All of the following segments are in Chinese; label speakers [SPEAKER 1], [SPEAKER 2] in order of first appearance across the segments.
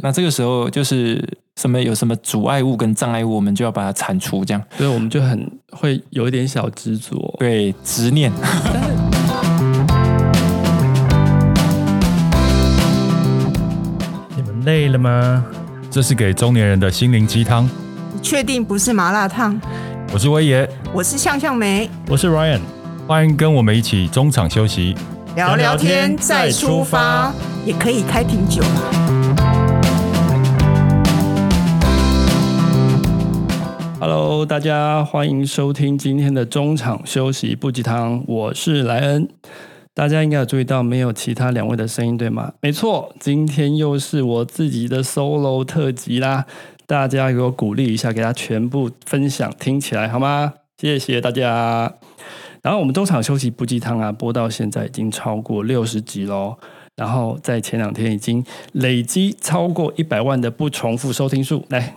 [SPEAKER 1] 那这个时候就是什么有什么阻碍物跟障碍物，我们就要把它铲除，这样
[SPEAKER 2] 所以我们就很会有一点小执着。
[SPEAKER 1] 对执念。
[SPEAKER 3] 你们累了吗？
[SPEAKER 4] 这是给中年人的心灵鸡汤。
[SPEAKER 5] 确定不是麻辣烫？
[SPEAKER 4] 我是威爷，
[SPEAKER 5] 我是向向梅，
[SPEAKER 3] 我是 Ryan，
[SPEAKER 4] 欢迎跟我们一起中场休息。
[SPEAKER 5] 聊聊天再出发，也可以开瓶酒。
[SPEAKER 2] Hello，大家欢迎收听今天的中场休息不鸡汤，我是莱恩。大家应该有注意到，没有其他两位的声音，对吗？没错，今天又是我自己的 solo 特辑啦。大家给我鼓励一下，给他全部分享听起来好吗？谢谢大家。然后我们中场休息不鸡汤啊，播到现在已经超过六十集喽。然后在前两天已经累积超过一百万的不重复收听数，来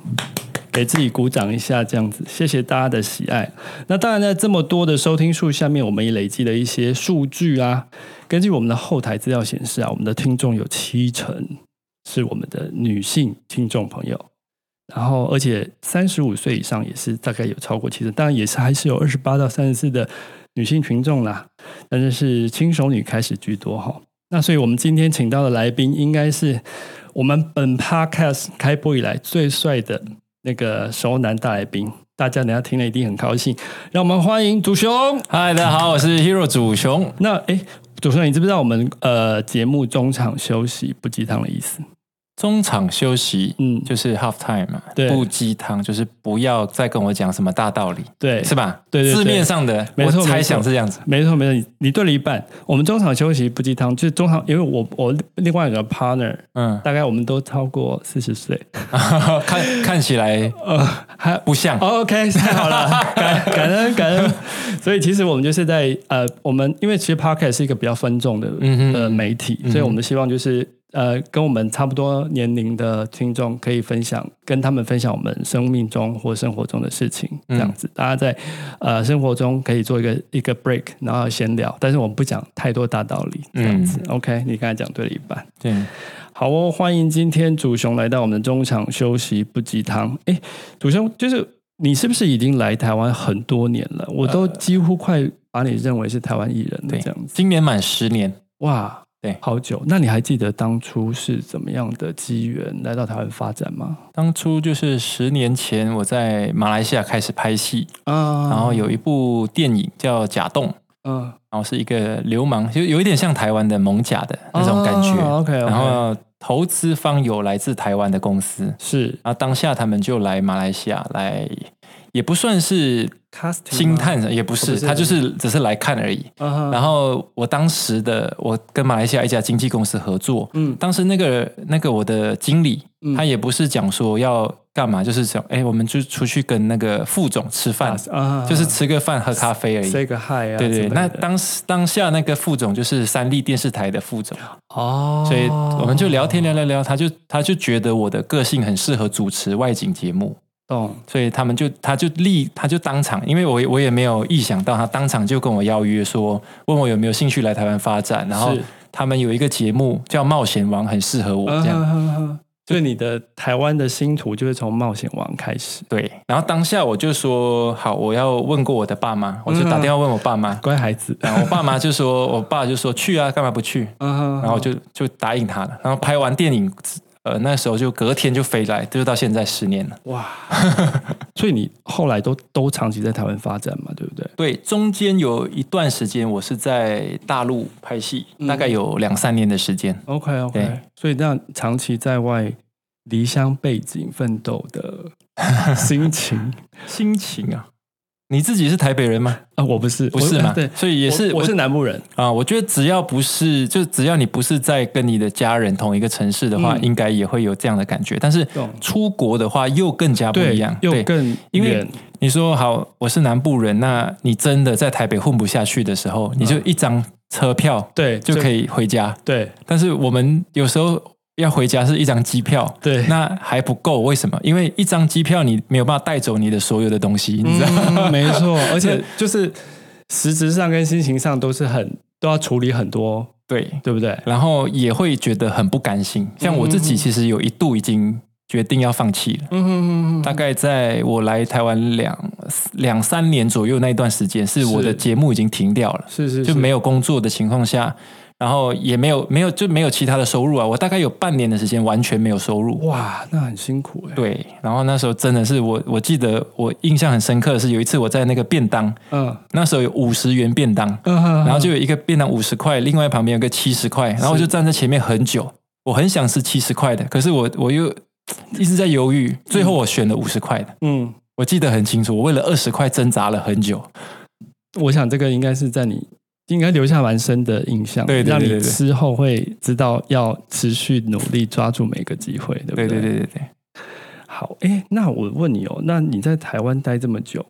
[SPEAKER 2] 给自己鼓掌一下，这样子，谢谢大家的喜爱。那当然，在这么多的收听数下面，我们也累积了一些数据啊。根据我们的后台资料显示啊，我们的听众有七成是我们的女性听众朋友。然后，而且三十五岁以上也是大概有超过七成，当然也是还是有二十八到三十四的女性群众啦，但是是轻熟女开始居多哈。那所以我们今天请到的来宾应该是我们本 podcast 开播以来最帅的那个熟男大来宾，大家等一下听了一定很高兴。让我们欢迎祖雄。
[SPEAKER 1] 嗨，大家好，我是 Hero 祖雄。
[SPEAKER 2] 那哎，祖雄，你知不知道我们呃节目中场休息不鸡汤的意思？
[SPEAKER 1] 中场休息，
[SPEAKER 2] 嗯
[SPEAKER 1] 嗯，就是 half time 嘛，
[SPEAKER 2] 对
[SPEAKER 1] 不鸡汤，就是不要再跟我讲什么大道理，
[SPEAKER 2] 对，
[SPEAKER 1] 是吧？
[SPEAKER 2] 对对
[SPEAKER 1] 字
[SPEAKER 2] 对
[SPEAKER 1] 面上的，
[SPEAKER 2] 没错
[SPEAKER 1] 我猜想
[SPEAKER 2] 没
[SPEAKER 1] 是
[SPEAKER 2] 错
[SPEAKER 1] 这样子。
[SPEAKER 2] 没错没错，你你对了一半。我们中场休息不鸡汤，就是中场，因为我我另外一个 partner，
[SPEAKER 1] 嗯，
[SPEAKER 2] 大概我们都超过四十岁，
[SPEAKER 1] 看看起来
[SPEAKER 2] 呃，还
[SPEAKER 1] 不像，
[SPEAKER 2] 哦 OK，太 好了，感感恩感恩。所以其实我们就是在呃，我们因为其实 Podcast 是一个比较分众的
[SPEAKER 1] 嗯哼
[SPEAKER 2] 的媒体，所以我们希望就是呃，跟我们差不多年龄的听众可以分享，跟他们分享我们生命中或生活中的事情，
[SPEAKER 1] 嗯
[SPEAKER 2] 这样子，大家在呃生活中可以做一个一个 break，然后闲聊，但是我们不讲太多大道理，这样子。OK，你刚才讲对了一半。
[SPEAKER 1] 嗯对，
[SPEAKER 2] 好哦，欢迎今天主雄来到我们的中场休息不鸡汤。哎，主雄，就是你是不是已经来台湾很多年了？我都几乎快把你认为是台湾艺人了，
[SPEAKER 1] 对
[SPEAKER 2] 这样子。
[SPEAKER 1] 今年满十年，
[SPEAKER 2] 哇，
[SPEAKER 1] 对
[SPEAKER 2] 好久。那你还记得当初是怎么样的机缘来到台湾发展吗？
[SPEAKER 1] 当初就是十年前我在马来西亚开始拍戏，
[SPEAKER 2] 啊
[SPEAKER 1] 然后，有一部电影叫《假动》，
[SPEAKER 2] 嗯，
[SPEAKER 1] 然后哦是一个流氓，就有一点像台湾的蒙甲的那种感觉。
[SPEAKER 2] OK，
[SPEAKER 1] 然后投资方有来自台湾的公司，
[SPEAKER 2] 是
[SPEAKER 1] 然后当下他们就来马来西亚来，也不算是
[SPEAKER 2] casting
[SPEAKER 1] 星探，也不
[SPEAKER 2] 哦
[SPEAKER 1] 是，
[SPEAKER 2] 不是
[SPEAKER 1] 他就是只是来看而已。
[SPEAKER 2] 啊
[SPEAKER 1] 然后我当时的我跟马来西亚一家经纪公司合作，
[SPEAKER 2] 嗯
[SPEAKER 1] 当时那个那个我的经理，
[SPEAKER 2] 嗯
[SPEAKER 1] 他也不是讲说要干嘛，就是讲哎，我们就出去跟那个副总吃饭，
[SPEAKER 2] 啊
[SPEAKER 1] 就是吃个饭喝咖啡而已。
[SPEAKER 2] say 个 hi 啊之
[SPEAKER 1] 对
[SPEAKER 2] 类
[SPEAKER 1] 对，
[SPEAKER 2] 的，
[SPEAKER 1] 那当时当下那个副总就是三立电视台的副总，
[SPEAKER 2] 哦，
[SPEAKER 1] 所以我们就聊天聊聊聊，他就他就觉得我的个性很适合主持外景节目，
[SPEAKER 2] 懂
[SPEAKER 1] 所以他们就他就立他就当场，因为我也我也没有意想到，他当场就跟我邀约说，问我有没有兴趣来台湾发展，然后
[SPEAKER 2] 是
[SPEAKER 1] 他们有一个节目叫《冒险王》，很适合我
[SPEAKER 2] 嗯
[SPEAKER 1] 这样。
[SPEAKER 2] 样。所以你的台湾的星途就是从冒险王开始，
[SPEAKER 1] 对，然后当下我就说好，我要问过我的爸妈，我就
[SPEAKER 2] 嗯
[SPEAKER 1] 打电话问我爸妈，
[SPEAKER 2] 乖孩子。
[SPEAKER 1] 然后我爸妈就说， 我爸就说去啊，干嘛不去？
[SPEAKER 2] 嗯
[SPEAKER 1] 然后就就答应他了。然后拍完电影，呃，那时候就隔天就飞来，就到现在十年了。
[SPEAKER 2] 哇， 所以你后来都都长期在台湾发展嘛，对不对？
[SPEAKER 1] 对，中间有一段时间我是在大陆拍戏，
[SPEAKER 2] 嗯
[SPEAKER 1] 大概有两三年的时间。
[SPEAKER 2] OK OK，
[SPEAKER 1] 对
[SPEAKER 2] 所以这样长期在外离乡背景奋斗 的心情
[SPEAKER 1] 心情啊，你自己是台北人吗？
[SPEAKER 2] 啊，我不是
[SPEAKER 1] 不是
[SPEAKER 2] 我
[SPEAKER 1] 嘛？
[SPEAKER 2] 对，
[SPEAKER 1] 所以也是
[SPEAKER 2] 我我是
[SPEAKER 1] 啊、
[SPEAKER 2] 南部人，
[SPEAKER 1] 我觉得只要不是，就只要你不是在跟你的家人同一个城市的话，
[SPEAKER 2] 嗯
[SPEAKER 1] 应该也会有这样的感觉。但是
[SPEAKER 2] 懂
[SPEAKER 1] 出国的话，又更加不一样。
[SPEAKER 2] 又更
[SPEAKER 1] 因为
[SPEAKER 2] 远
[SPEAKER 1] 你说好，我是南部人，那你真的在台北混不下去的时候，你就一张车票
[SPEAKER 2] 对
[SPEAKER 1] 就可以回家。
[SPEAKER 2] 对
[SPEAKER 1] 但是我们有时候要回家是一张机票，
[SPEAKER 2] 对
[SPEAKER 1] 那还不够，为什么？因为一张机票你没有办法带走你的所有的东西，你知道吗？
[SPEAKER 2] 嗯，没 错，而且就是实质上跟心情上都是很都要处理很多
[SPEAKER 1] 对，
[SPEAKER 2] 对不对？
[SPEAKER 1] 然后也会觉得很不甘心。像我自己，其实有一度已经决定要放弃了。
[SPEAKER 2] 嗯哼
[SPEAKER 1] 大概在我来台湾两两三年左右那一段时间，是我的
[SPEAKER 2] 是
[SPEAKER 1] 节目已经停掉了，
[SPEAKER 2] 是是
[SPEAKER 1] 就没
[SPEAKER 2] 有
[SPEAKER 1] 有工作的情况下，然后也没有没有就没有其他的收入啊。我大概有半年的时间完全没有收入。
[SPEAKER 2] 哇，那很辛苦哎、
[SPEAKER 1] 对，然后那时候真的是我，我记得我印象很深刻的是有一次我在那个便当，
[SPEAKER 2] 嗯
[SPEAKER 1] 那时候有五十元便当，
[SPEAKER 2] 嗯，
[SPEAKER 1] 然
[SPEAKER 2] 然
[SPEAKER 1] 后就有一个便当五十块，另外旁边有个七十块，然后我就站在前面很久，我很想吃七十块的，可是我我又一直在犹豫，最后我选了五十块的，
[SPEAKER 2] 嗯，
[SPEAKER 1] 我记得很清楚，我为了二十块挣扎了很久。
[SPEAKER 2] 我想这个应该是在你应该留下蛮深的印象，
[SPEAKER 1] 对对对对
[SPEAKER 2] 让
[SPEAKER 1] 对
[SPEAKER 2] 你之后会知道要持续努力抓住每个机会，对不
[SPEAKER 1] 对对
[SPEAKER 2] 对
[SPEAKER 1] 对对对，
[SPEAKER 2] 好，哎，那我问你哦，那你在台湾待这么久，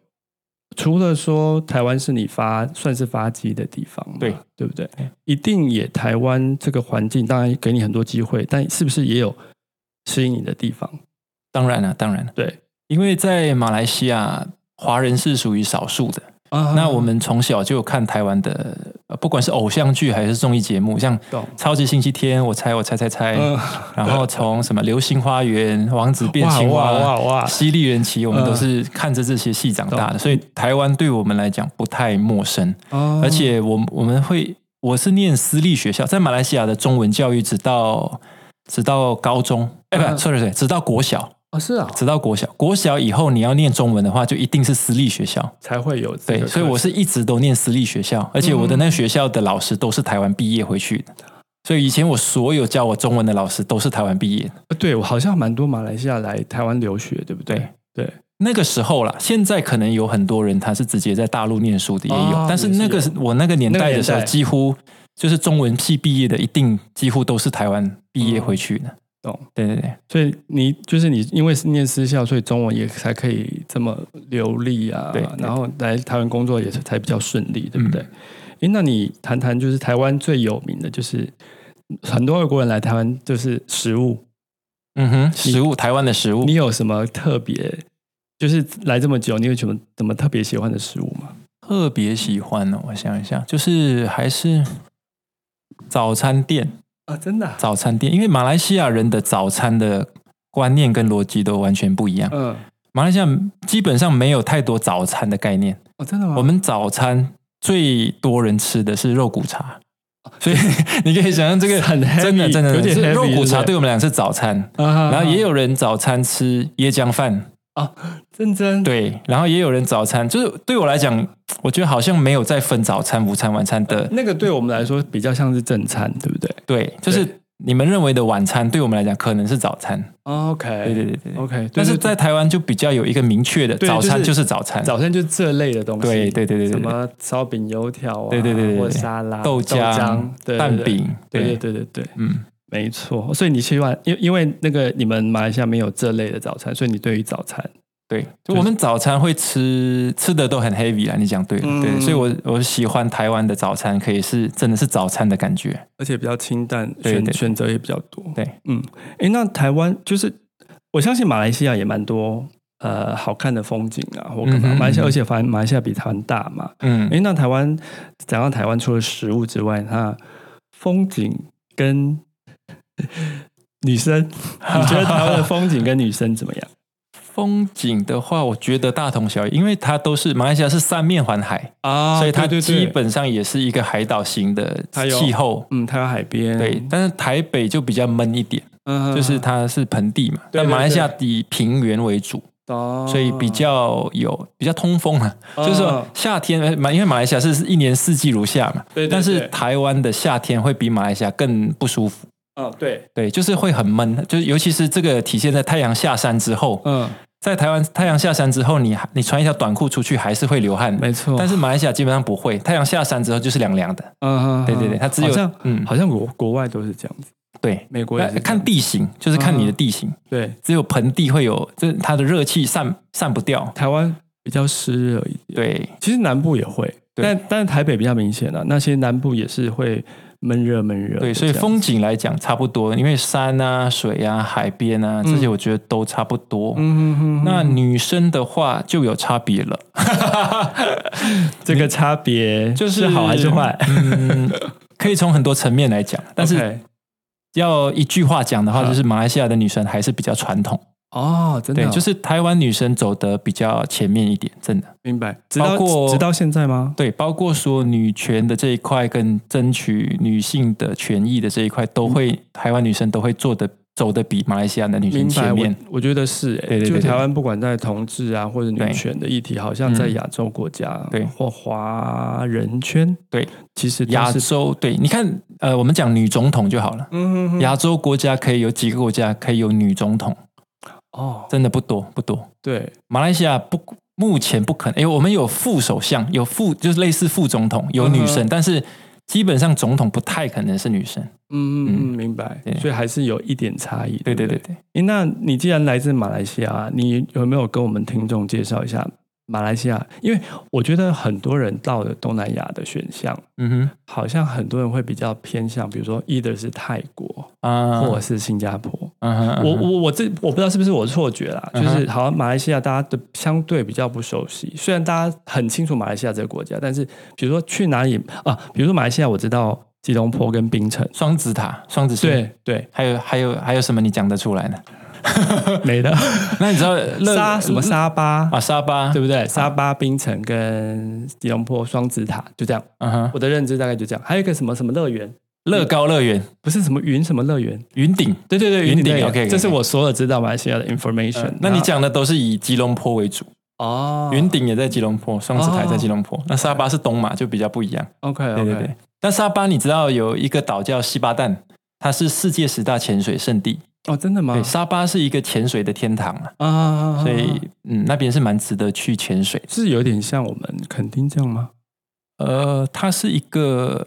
[SPEAKER 2] 除了说台湾是你发算是发迹的地方嘛，
[SPEAKER 1] 对
[SPEAKER 2] 对不对
[SPEAKER 1] 对？
[SPEAKER 2] 一定也台湾这个环境当然给你很多机会，但是不是也有吸引你的地方？
[SPEAKER 1] 当然了、当然了、
[SPEAKER 2] 对
[SPEAKER 1] 因为在马来西亚华人是属于少数的，
[SPEAKER 2] 啊
[SPEAKER 1] 那我们从小就有看台湾的，呃不管是偶像剧还是综艺节目，像
[SPEAKER 2] 懂
[SPEAKER 1] 超级星期天，我猜我猜猜猜，
[SPEAKER 2] 嗯
[SPEAKER 1] 然后从什么流星花园、王子变青蛙、
[SPEAKER 2] 哇哇哇
[SPEAKER 1] 犀利人妻，我们
[SPEAKER 2] 嗯
[SPEAKER 1] 都是看着这些戏长大的，所以台湾对我们来讲不太陌生。
[SPEAKER 2] 哦
[SPEAKER 1] 而且我我们会，我是念私立学校，在马来西亚的中文教育直到直到高中，哎、不
[SPEAKER 2] 嗯
[SPEAKER 1] ，sorry sorry，直到国小，
[SPEAKER 2] 哦是啊，
[SPEAKER 1] 直到国小，国小以后你要念中文的话，就一定是私立学校。
[SPEAKER 2] 才会有嗯这
[SPEAKER 1] 对，
[SPEAKER 2] 个
[SPEAKER 1] 所以
[SPEAKER 2] 课
[SPEAKER 1] 我是一直都念私立学校，而且我的那个学校的老师都是台湾毕业回去的，所以以前我所有教我中文的老师都是台湾毕业的。
[SPEAKER 2] 程对我好像蛮多马来西亚来台湾留学，对不对？对，
[SPEAKER 1] 那个时候啦，现在可能有很多人他是直接在大陆念书的也有，
[SPEAKER 2] 哦
[SPEAKER 1] 但是那个
[SPEAKER 2] 也是有
[SPEAKER 1] 我那个年代的时
[SPEAKER 2] 那
[SPEAKER 1] 候，
[SPEAKER 2] 个年代
[SPEAKER 1] 几乎就是中文系毕业的，一定几乎都是台湾毕业回去的。
[SPEAKER 2] 嗯懂。
[SPEAKER 1] 对对对，
[SPEAKER 2] 所以你就是你，因为是念私校，所以中文也才可以这么流利啊。
[SPEAKER 1] 对对
[SPEAKER 2] 然后来台湾工作也是才比较顺利，对不对？诶，那你谈谈就是台湾最有名的就是很多外国人来台湾就是食物，
[SPEAKER 1] 嗯哼，食物台湾的食物
[SPEAKER 2] 你有什么特别？就是来这么久，你有什么怎么特别喜欢的食物吗？
[SPEAKER 1] 特别喜欢呢、我想一下，就是还是早餐店。
[SPEAKER 2] 啊，真的、
[SPEAKER 1] 早餐店，因为马来西亚人的早餐的观念跟逻辑都完全不一样。
[SPEAKER 2] 嗯，
[SPEAKER 1] 马来西亚基本上没有太多早餐的概念，
[SPEAKER 2] 哦，真的吗？
[SPEAKER 1] 我们早餐最多人吃的是肉骨茶，所以你可以想象这个
[SPEAKER 2] 很 heavy，
[SPEAKER 1] 真的真的
[SPEAKER 2] 有点
[SPEAKER 1] 是
[SPEAKER 2] heavy，
[SPEAKER 1] 肉骨茶
[SPEAKER 2] 对不对
[SPEAKER 1] 对我们俩是早餐。
[SPEAKER 2] 啊，
[SPEAKER 1] 然后也有人早餐吃椰浆饭，
[SPEAKER 2] 真真
[SPEAKER 1] 对，然后也有人早餐就是对我来讲，我觉得好像没有在分早餐、午餐、晚餐的，
[SPEAKER 2] 那个对我们来说比较像是正餐，对不对
[SPEAKER 1] 对，就是你们认为的晚餐，对我们来讲可能是早餐，
[SPEAKER 2] ？OK，
[SPEAKER 1] 对对对对。
[SPEAKER 2] OK，
[SPEAKER 1] 但是在台湾就比较有一个明确的，
[SPEAKER 2] 对
[SPEAKER 1] 早餐就
[SPEAKER 2] 就是
[SPEAKER 1] 是早餐，
[SPEAKER 2] 早餐就这类的东西，
[SPEAKER 1] 对对对对对
[SPEAKER 2] 什么烧饼、油条啊，
[SPEAKER 1] 对对对对对
[SPEAKER 2] 或沙拉、
[SPEAKER 1] 豆
[SPEAKER 2] 浆
[SPEAKER 1] 浆、、
[SPEAKER 2] 对
[SPEAKER 1] 蛋，饼，
[SPEAKER 2] 对对
[SPEAKER 1] 对，
[SPEAKER 2] 对对对对，
[SPEAKER 1] 嗯，
[SPEAKER 2] 没错。所以你希望，因因为那个你们马来西亚没有这类的早餐，所以你对于早餐，
[SPEAKER 1] 对。就
[SPEAKER 2] 就
[SPEAKER 1] 是我们早餐会吃吃的都很 heavy 啦，你讲对了，
[SPEAKER 2] 嗯
[SPEAKER 1] 对。所以我我喜欢台湾的早餐，可以是真的是早餐的感觉。
[SPEAKER 2] 而且比较清淡，
[SPEAKER 1] 对
[SPEAKER 2] 选
[SPEAKER 1] 对
[SPEAKER 2] 选择也比较多。
[SPEAKER 1] 对，
[SPEAKER 2] 嗯，诶，那台湾就是我相信马来西亚也蛮多呃好看的风景啊，或干嘛。
[SPEAKER 1] 嗯哼
[SPEAKER 2] 马来西亚，
[SPEAKER 1] 嗯哼
[SPEAKER 2] 而且反正马来西亚比台湾大嘛，
[SPEAKER 1] 嗯，
[SPEAKER 2] 诶，那台湾讲到台湾，除了食物之外，它风景跟 女生，你觉得台湾的风景跟女生怎么 样？
[SPEAKER 1] 风景的话，我觉得大同小异，因为它都是马来西亚是三面环海，
[SPEAKER 2] 啊
[SPEAKER 1] 所以它基
[SPEAKER 2] 基本
[SPEAKER 1] 本上也是一个海岛型的
[SPEAKER 2] 它有
[SPEAKER 1] 气候。
[SPEAKER 2] 嗯，它有海边，
[SPEAKER 1] 对，但是台北就比较闷一点，
[SPEAKER 2] 嗯，
[SPEAKER 1] 就是它是盆地嘛，
[SPEAKER 2] 对对
[SPEAKER 1] 但马来西亚
[SPEAKER 2] 对
[SPEAKER 1] 以平原为主，
[SPEAKER 2] 哦，
[SPEAKER 1] 所以比较有比较通风啊，
[SPEAKER 2] 哦
[SPEAKER 1] 就是说夏天呃马，因为马来西亚是一年四季如夏嘛，
[SPEAKER 2] 对对对
[SPEAKER 1] 但是台湾的夏天会比马来西亚更不舒服，
[SPEAKER 2] 哦，对，
[SPEAKER 1] 对，就是会很闷，就是尤其是这个体现在太阳下山之后，
[SPEAKER 2] 嗯，
[SPEAKER 1] 在台湾太阳下山之后，你还你穿一条短裤出去还是会流汗，
[SPEAKER 2] 没错
[SPEAKER 1] 但是马来西亚基本上不会，太阳下山之后就是凉凉的，
[SPEAKER 2] 嗯，
[SPEAKER 1] 对对对它只有
[SPEAKER 2] 好像
[SPEAKER 1] 嗯
[SPEAKER 2] 好像国国外都是这样子，
[SPEAKER 1] 对，
[SPEAKER 2] 美国也是这
[SPEAKER 1] 那
[SPEAKER 2] 样嗯
[SPEAKER 1] 看地形，就是看你的地形，
[SPEAKER 2] 对，
[SPEAKER 1] 只有盆地会有，这它的热气散散不掉，
[SPEAKER 2] 台湾比较湿热一点。
[SPEAKER 1] 对，
[SPEAKER 2] 其实南部也会，
[SPEAKER 1] 对
[SPEAKER 2] 但但是台北比较明显了、啊那些南部也是会闷热闷热的这
[SPEAKER 1] 对，
[SPEAKER 2] 样子。
[SPEAKER 1] 所以风景来讲差不多，因为山啊、水啊、海边啊这些，我觉得都差不多。
[SPEAKER 2] 嗯嗯哼哼
[SPEAKER 1] 那女生的话就有差别了，
[SPEAKER 2] 这个差别
[SPEAKER 1] 就是
[SPEAKER 2] 好还是坏？
[SPEAKER 1] 嗯，可以从很多层面来讲，但是
[SPEAKER 2] OK
[SPEAKER 1] 要一句话讲的话，
[SPEAKER 2] 嗯
[SPEAKER 1] 就是马来西亚的女生还是比较传统，
[SPEAKER 2] 哦，真的哦、
[SPEAKER 1] 对，就是台湾女生走的比较前面一点，真的，
[SPEAKER 2] 明白，直到
[SPEAKER 1] 包括
[SPEAKER 2] 直到现在吗？
[SPEAKER 1] 对，包括说女权的这一块跟争取女性的权益的这一块，
[SPEAKER 2] 嗯
[SPEAKER 1] 都会、台湾女生都会做的走的比马来西亚的女生
[SPEAKER 2] 明白，
[SPEAKER 1] 前面，
[SPEAKER 2] 我我觉得是、
[SPEAKER 1] 对
[SPEAKER 2] 欸，
[SPEAKER 1] 对对
[SPEAKER 2] 就
[SPEAKER 1] 对
[SPEAKER 2] 台湾不管在同志啊或者女权的议题，好像在亚洲国家、
[SPEAKER 1] 嗯对
[SPEAKER 2] 或华人圈，
[SPEAKER 1] 对，
[SPEAKER 2] 其实都
[SPEAKER 1] 亚
[SPEAKER 2] 是
[SPEAKER 1] 洲对，你看，呃，我们讲女总统就好了，
[SPEAKER 2] 嗯哼哼
[SPEAKER 1] 亚洲国家可以有几个国家可以有女总统，
[SPEAKER 2] 哦，
[SPEAKER 1] 真的不多不多。
[SPEAKER 2] 对，
[SPEAKER 1] 马来西亚不目前不可能，因为我们有副首相，有副就是类似副总统，有女
[SPEAKER 2] 嗯
[SPEAKER 1] 生，但是基本上总统不太可能是女生。
[SPEAKER 2] 嗯嗯
[SPEAKER 1] 嗯
[SPEAKER 2] 嗯，明白
[SPEAKER 1] 对，
[SPEAKER 2] 所以还是有一点差异，
[SPEAKER 1] 对
[SPEAKER 2] 对
[SPEAKER 1] 对
[SPEAKER 2] 不
[SPEAKER 1] 对对，
[SPEAKER 2] 诶那你既然来自马来西亚啊，你有没有跟我们听众介绍一下马来西亚？因为我觉得很多人到了东南亚的选项，
[SPEAKER 1] 嗯
[SPEAKER 2] 好像很多人会比较偏向，比如说 either 是泰国
[SPEAKER 1] 哼，啊，
[SPEAKER 2] 或者是新加坡。
[SPEAKER 1] 嗯哼，嗯哼
[SPEAKER 2] 我我我这我不知道是不是我错觉啦，就
[SPEAKER 1] 嗯哼
[SPEAKER 2] 是好像马来西亚大家的相对比较不熟悉，虽然大家很清楚马来西亚这个国家，但是比如说去哪里啊，比如说马来西亚我知道吉隆坡跟槟城，
[SPEAKER 1] 双子塔、双子星，
[SPEAKER 2] 对 对，
[SPEAKER 1] 还有还有还有什么你讲得出来呢？
[SPEAKER 2] 没的，
[SPEAKER 1] 那你知道乐
[SPEAKER 2] 沙什么沙巴
[SPEAKER 1] 啊沙巴
[SPEAKER 2] 对不对？沙巴、槟城跟吉隆坡双子塔就这样，
[SPEAKER 1] 嗯哼，
[SPEAKER 2] 我的认知大概就这样。还有一个什么什么乐园，
[SPEAKER 1] 乐高乐园、
[SPEAKER 2] 不是什么云什么乐园，
[SPEAKER 1] 云顶。
[SPEAKER 2] 对对对，
[SPEAKER 1] 云
[SPEAKER 2] 顶
[SPEAKER 1] 顶
[SPEAKER 2] 乐园
[SPEAKER 1] OK，OK，OK
[SPEAKER 2] 这是我所有知道马来西亚的 information
[SPEAKER 1] 嗯。那你
[SPEAKER 2] 然后
[SPEAKER 1] 讲的都是以吉隆坡为主，
[SPEAKER 2] 哦，
[SPEAKER 1] 云顶也在吉隆坡，双子塔也在吉隆坡，那沙巴是东马就比较不一样。
[SPEAKER 2] OK
[SPEAKER 1] 对对
[SPEAKER 2] OK，
[SPEAKER 1] 对。那沙巴你知道有一个岛叫西巴旦，它是世界十大潜水圣地。
[SPEAKER 2] 哦，真的吗
[SPEAKER 1] 对，？沙巴是一个潜水的天堂啊，
[SPEAKER 2] 啊啊，啊啊
[SPEAKER 1] 所以嗯，那边是蛮值得去潜水。
[SPEAKER 2] 是有点像我们垦丁这样吗？
[SPEAKER 1] 呃，它是一个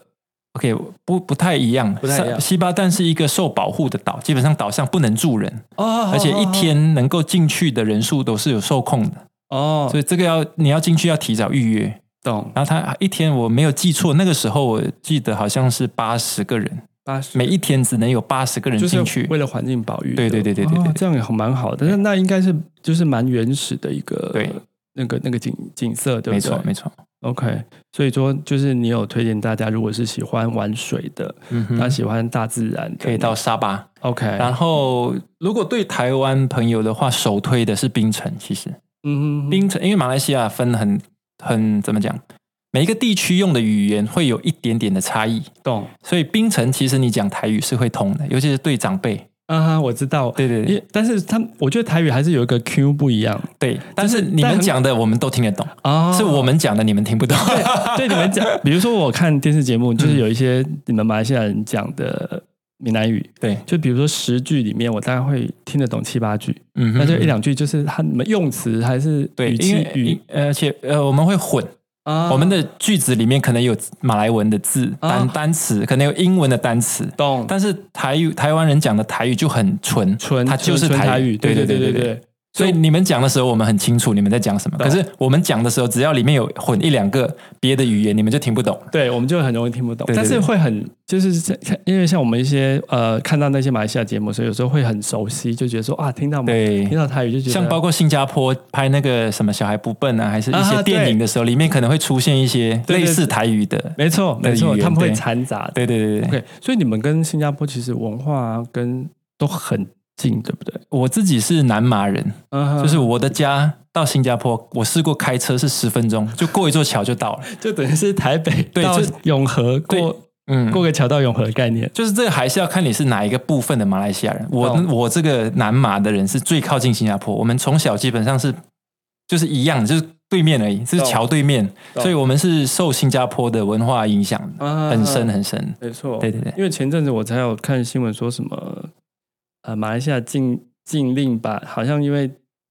[SPEAKER 1] OK 不不太一样，
[SPEAKER 2] 不太一样
[SPEAKER 1] 沙西巴旦是一个受保护的岛，基本上岛上不能住人，
[SPEAKER 2] 哦
[SPEAKER 1] 而且一天能够进去的人数都是有受控的，
[SPEAKER 2] 哦，
[SPEAKER 1] 所以这个要你要进去要提早预约。
[SPEAKER 2] 懂
[SPEAKER 1] 然后它一天我没有记错，那个时候我记得好像是八十个人，
[SPEAKER 2] 八十
[SPEAKER 1] 每一天只能有八十个人
[SPEAKER 2] 就
[SPEAKER 1] 进
[SPEAKER 2] 是
[SPEAKER 1] 去。
[SPEAKER 2] 为了环境保育的，
[SPEAKER 1] 对对对对对
[SPEAKER 2] 哦
[SPEAKER 1] 对对
[SPEAKER 2] 这样也很蛮好的。但是那应该是就是蛮原始的一个
[SPEAKER 1] 对
[SPEAKER 2] 那个那个景景色，对
[SPEAKER 1] 没
[SPEAKER 2] 不对
[SPEAKER 1] 错，？没错。
[SPEAKER 2] OK，所以说就是你有推荐大家，如果是喜欢玩水的，
[SPEAKER 1] 嗯
[SPEAKER 2] 那、
[SPEAKER 1] 哼，哎
[SPEAKER 2] 喜欢大自然的，
[SPEAKER 1] 可以到沙巴。
[SPEAKER 2] OK，
[SPEAKER 1] 然后，如果对台湾朋友的话，首推的是槟城。其实
[SPEAKER 2] 嗯
[SPEAKER 1] 槟城，因为马来西亚分很很怎么讲，每一个地区用的语言会有一点点的差异，
[SPEAKER 2] 懂
[SPEAKER 1] 所以槟城其实你讲台语是会通的，尤其是对长辈。
[SPEAKER 2] 啊哈，我知道，
[SPEAKER 1] 对对对
[SPEAKER 2] 也但是他们我觉得台语还是有一个 Q 不一样
[SPEAKER 1] 对，但哦是你们讲的我们都听得懂，
[SPEAKER 2] 啊
[SPEAKER 1] 是 我们讲的你们听不懂。
[SPEAKER 2] 对你们讲，比如说我看电视节目，就是有一些你们马来西亚人讲的闽南语，
[SPEAKER 1] 对，
[SPEAKER 2] 就比如说十句里面，我大概会听得懂七八句，
[SPEAKER 1] 嗯哼，
[SPEAKER 2] 那就一两句就是他们用词还是
[SPEAKER 1] 对，
[SPEAKER 2] 语
[SPEAKER 1] 因
[SPEAKER 2] 气
[SPEAKER 1] 为
[SPEAKER 2] 语
[SPEAKER 1] 因，而且呃，我们会混。
[SPEAKER 2] 啊
[SPEAKER 1] 我们的句子里面可能有马来文的字
[SPEAKER 2] 啊
[SPEAKER 1] 单单词，可能有英文的单词，
[SPEAKER 2] 懂
[SPEAKER 1] 但是台语台湾人讲的台语就很纯，
[SPEAKER 2] 纯
[SPEAKER 1] 它就是
[SPEAKER 2] 纯台
[SPEAKER 1] 语，
[SPEAKER 2] 对
[SPEAKER 1] 对
[SPEAKER 2] 对
[SPEAKER 1] 对
[SPEAKER 2] 对。
[SPEAKER 1] 所以你们讲的时候，我们很清楚你们在讲什么。可是我们讲的时候，只要里面有混一两个别的语言，你们就听不懂。
[SPEAKER 2] 对，我们就很容易听不懂，
[SPEAKER 1] 对对
[SPEAKER 2] 但是
[SPEAKER 1] 对
[SPEAKER 2] 会很就是像因为像我们一些呃看到那些马来西亚节目，所以有时候会很熟悉，就觉得说啊，听到听
[SPEAKER 1] 对，
[SPEAKER 2] 到台语就觉得
[SPEAKER 1] 像包括新加坡拍那个什么《小孩不笨》啊，还是一
[SPEAKER 2] 啊
[SPEAKER 1] 些
[SPEAKER 2] 对
[SPEAKER 1] 电影的时候，里面可能会出现一些
[SPEAKER 2] 对对
[SPEAKER 1] 类似台语的。
[SPEAKER 2] 没错没错，
[SPEAKER 1] 语言
[SPEAKER 2] 他们会
[SPEAKER 1] 对
[SPEAKER 2] 掺杂
[SPEAKER 1] 对对对对，
[SPEAKER 2] OK，所以你们跟新加坡其实文化、跟都很近，对不对？
[SPEAKER 1] 我自己是南马人，
[SPEAKER 2] 嗯
[SPEAKER 1] 就是我的家到新加坡，我试过开车是十分 钟，就过一座桥就到了。
[SPEAKER 2] 就等于是台北
[SPEAKER 1] 对
[SPEAKER 2] 到
[SPEAKER 1] 就
[SPEAKER 2] 永和
[SPEAKER 1] 对
[SPEAKER 2] 过
[SPEAKER 1] 嗯，
[SPEAKER 2] 过个桥到永和的概念。
[SPEAKER 1] 就是这个还是要看你是哪一个部分的马来西亚人。我、
[SPEAKER 2] 懂
[SPEAKER 1] 我这个南马的人是最靠近新加坡，我们从小基本上是就是一样，就是对面而已，就是
[SPEAKER 2] 懂
[SPEAKER 1] 桥对面，
[SPEAKER 2] 懂
[SPEAKER 1] 所以我们是受新加坡的文化影响的
[SPEAKER 2] 啊
[SPEAKER 1] 很深很深。
[SPEAKER 2] 没错，
[SPEAKER 1] 对对对
[SPEAKER 2] 因为前阵子我才有看新闻说什么，呃，马来西亚禁禁令把好像因为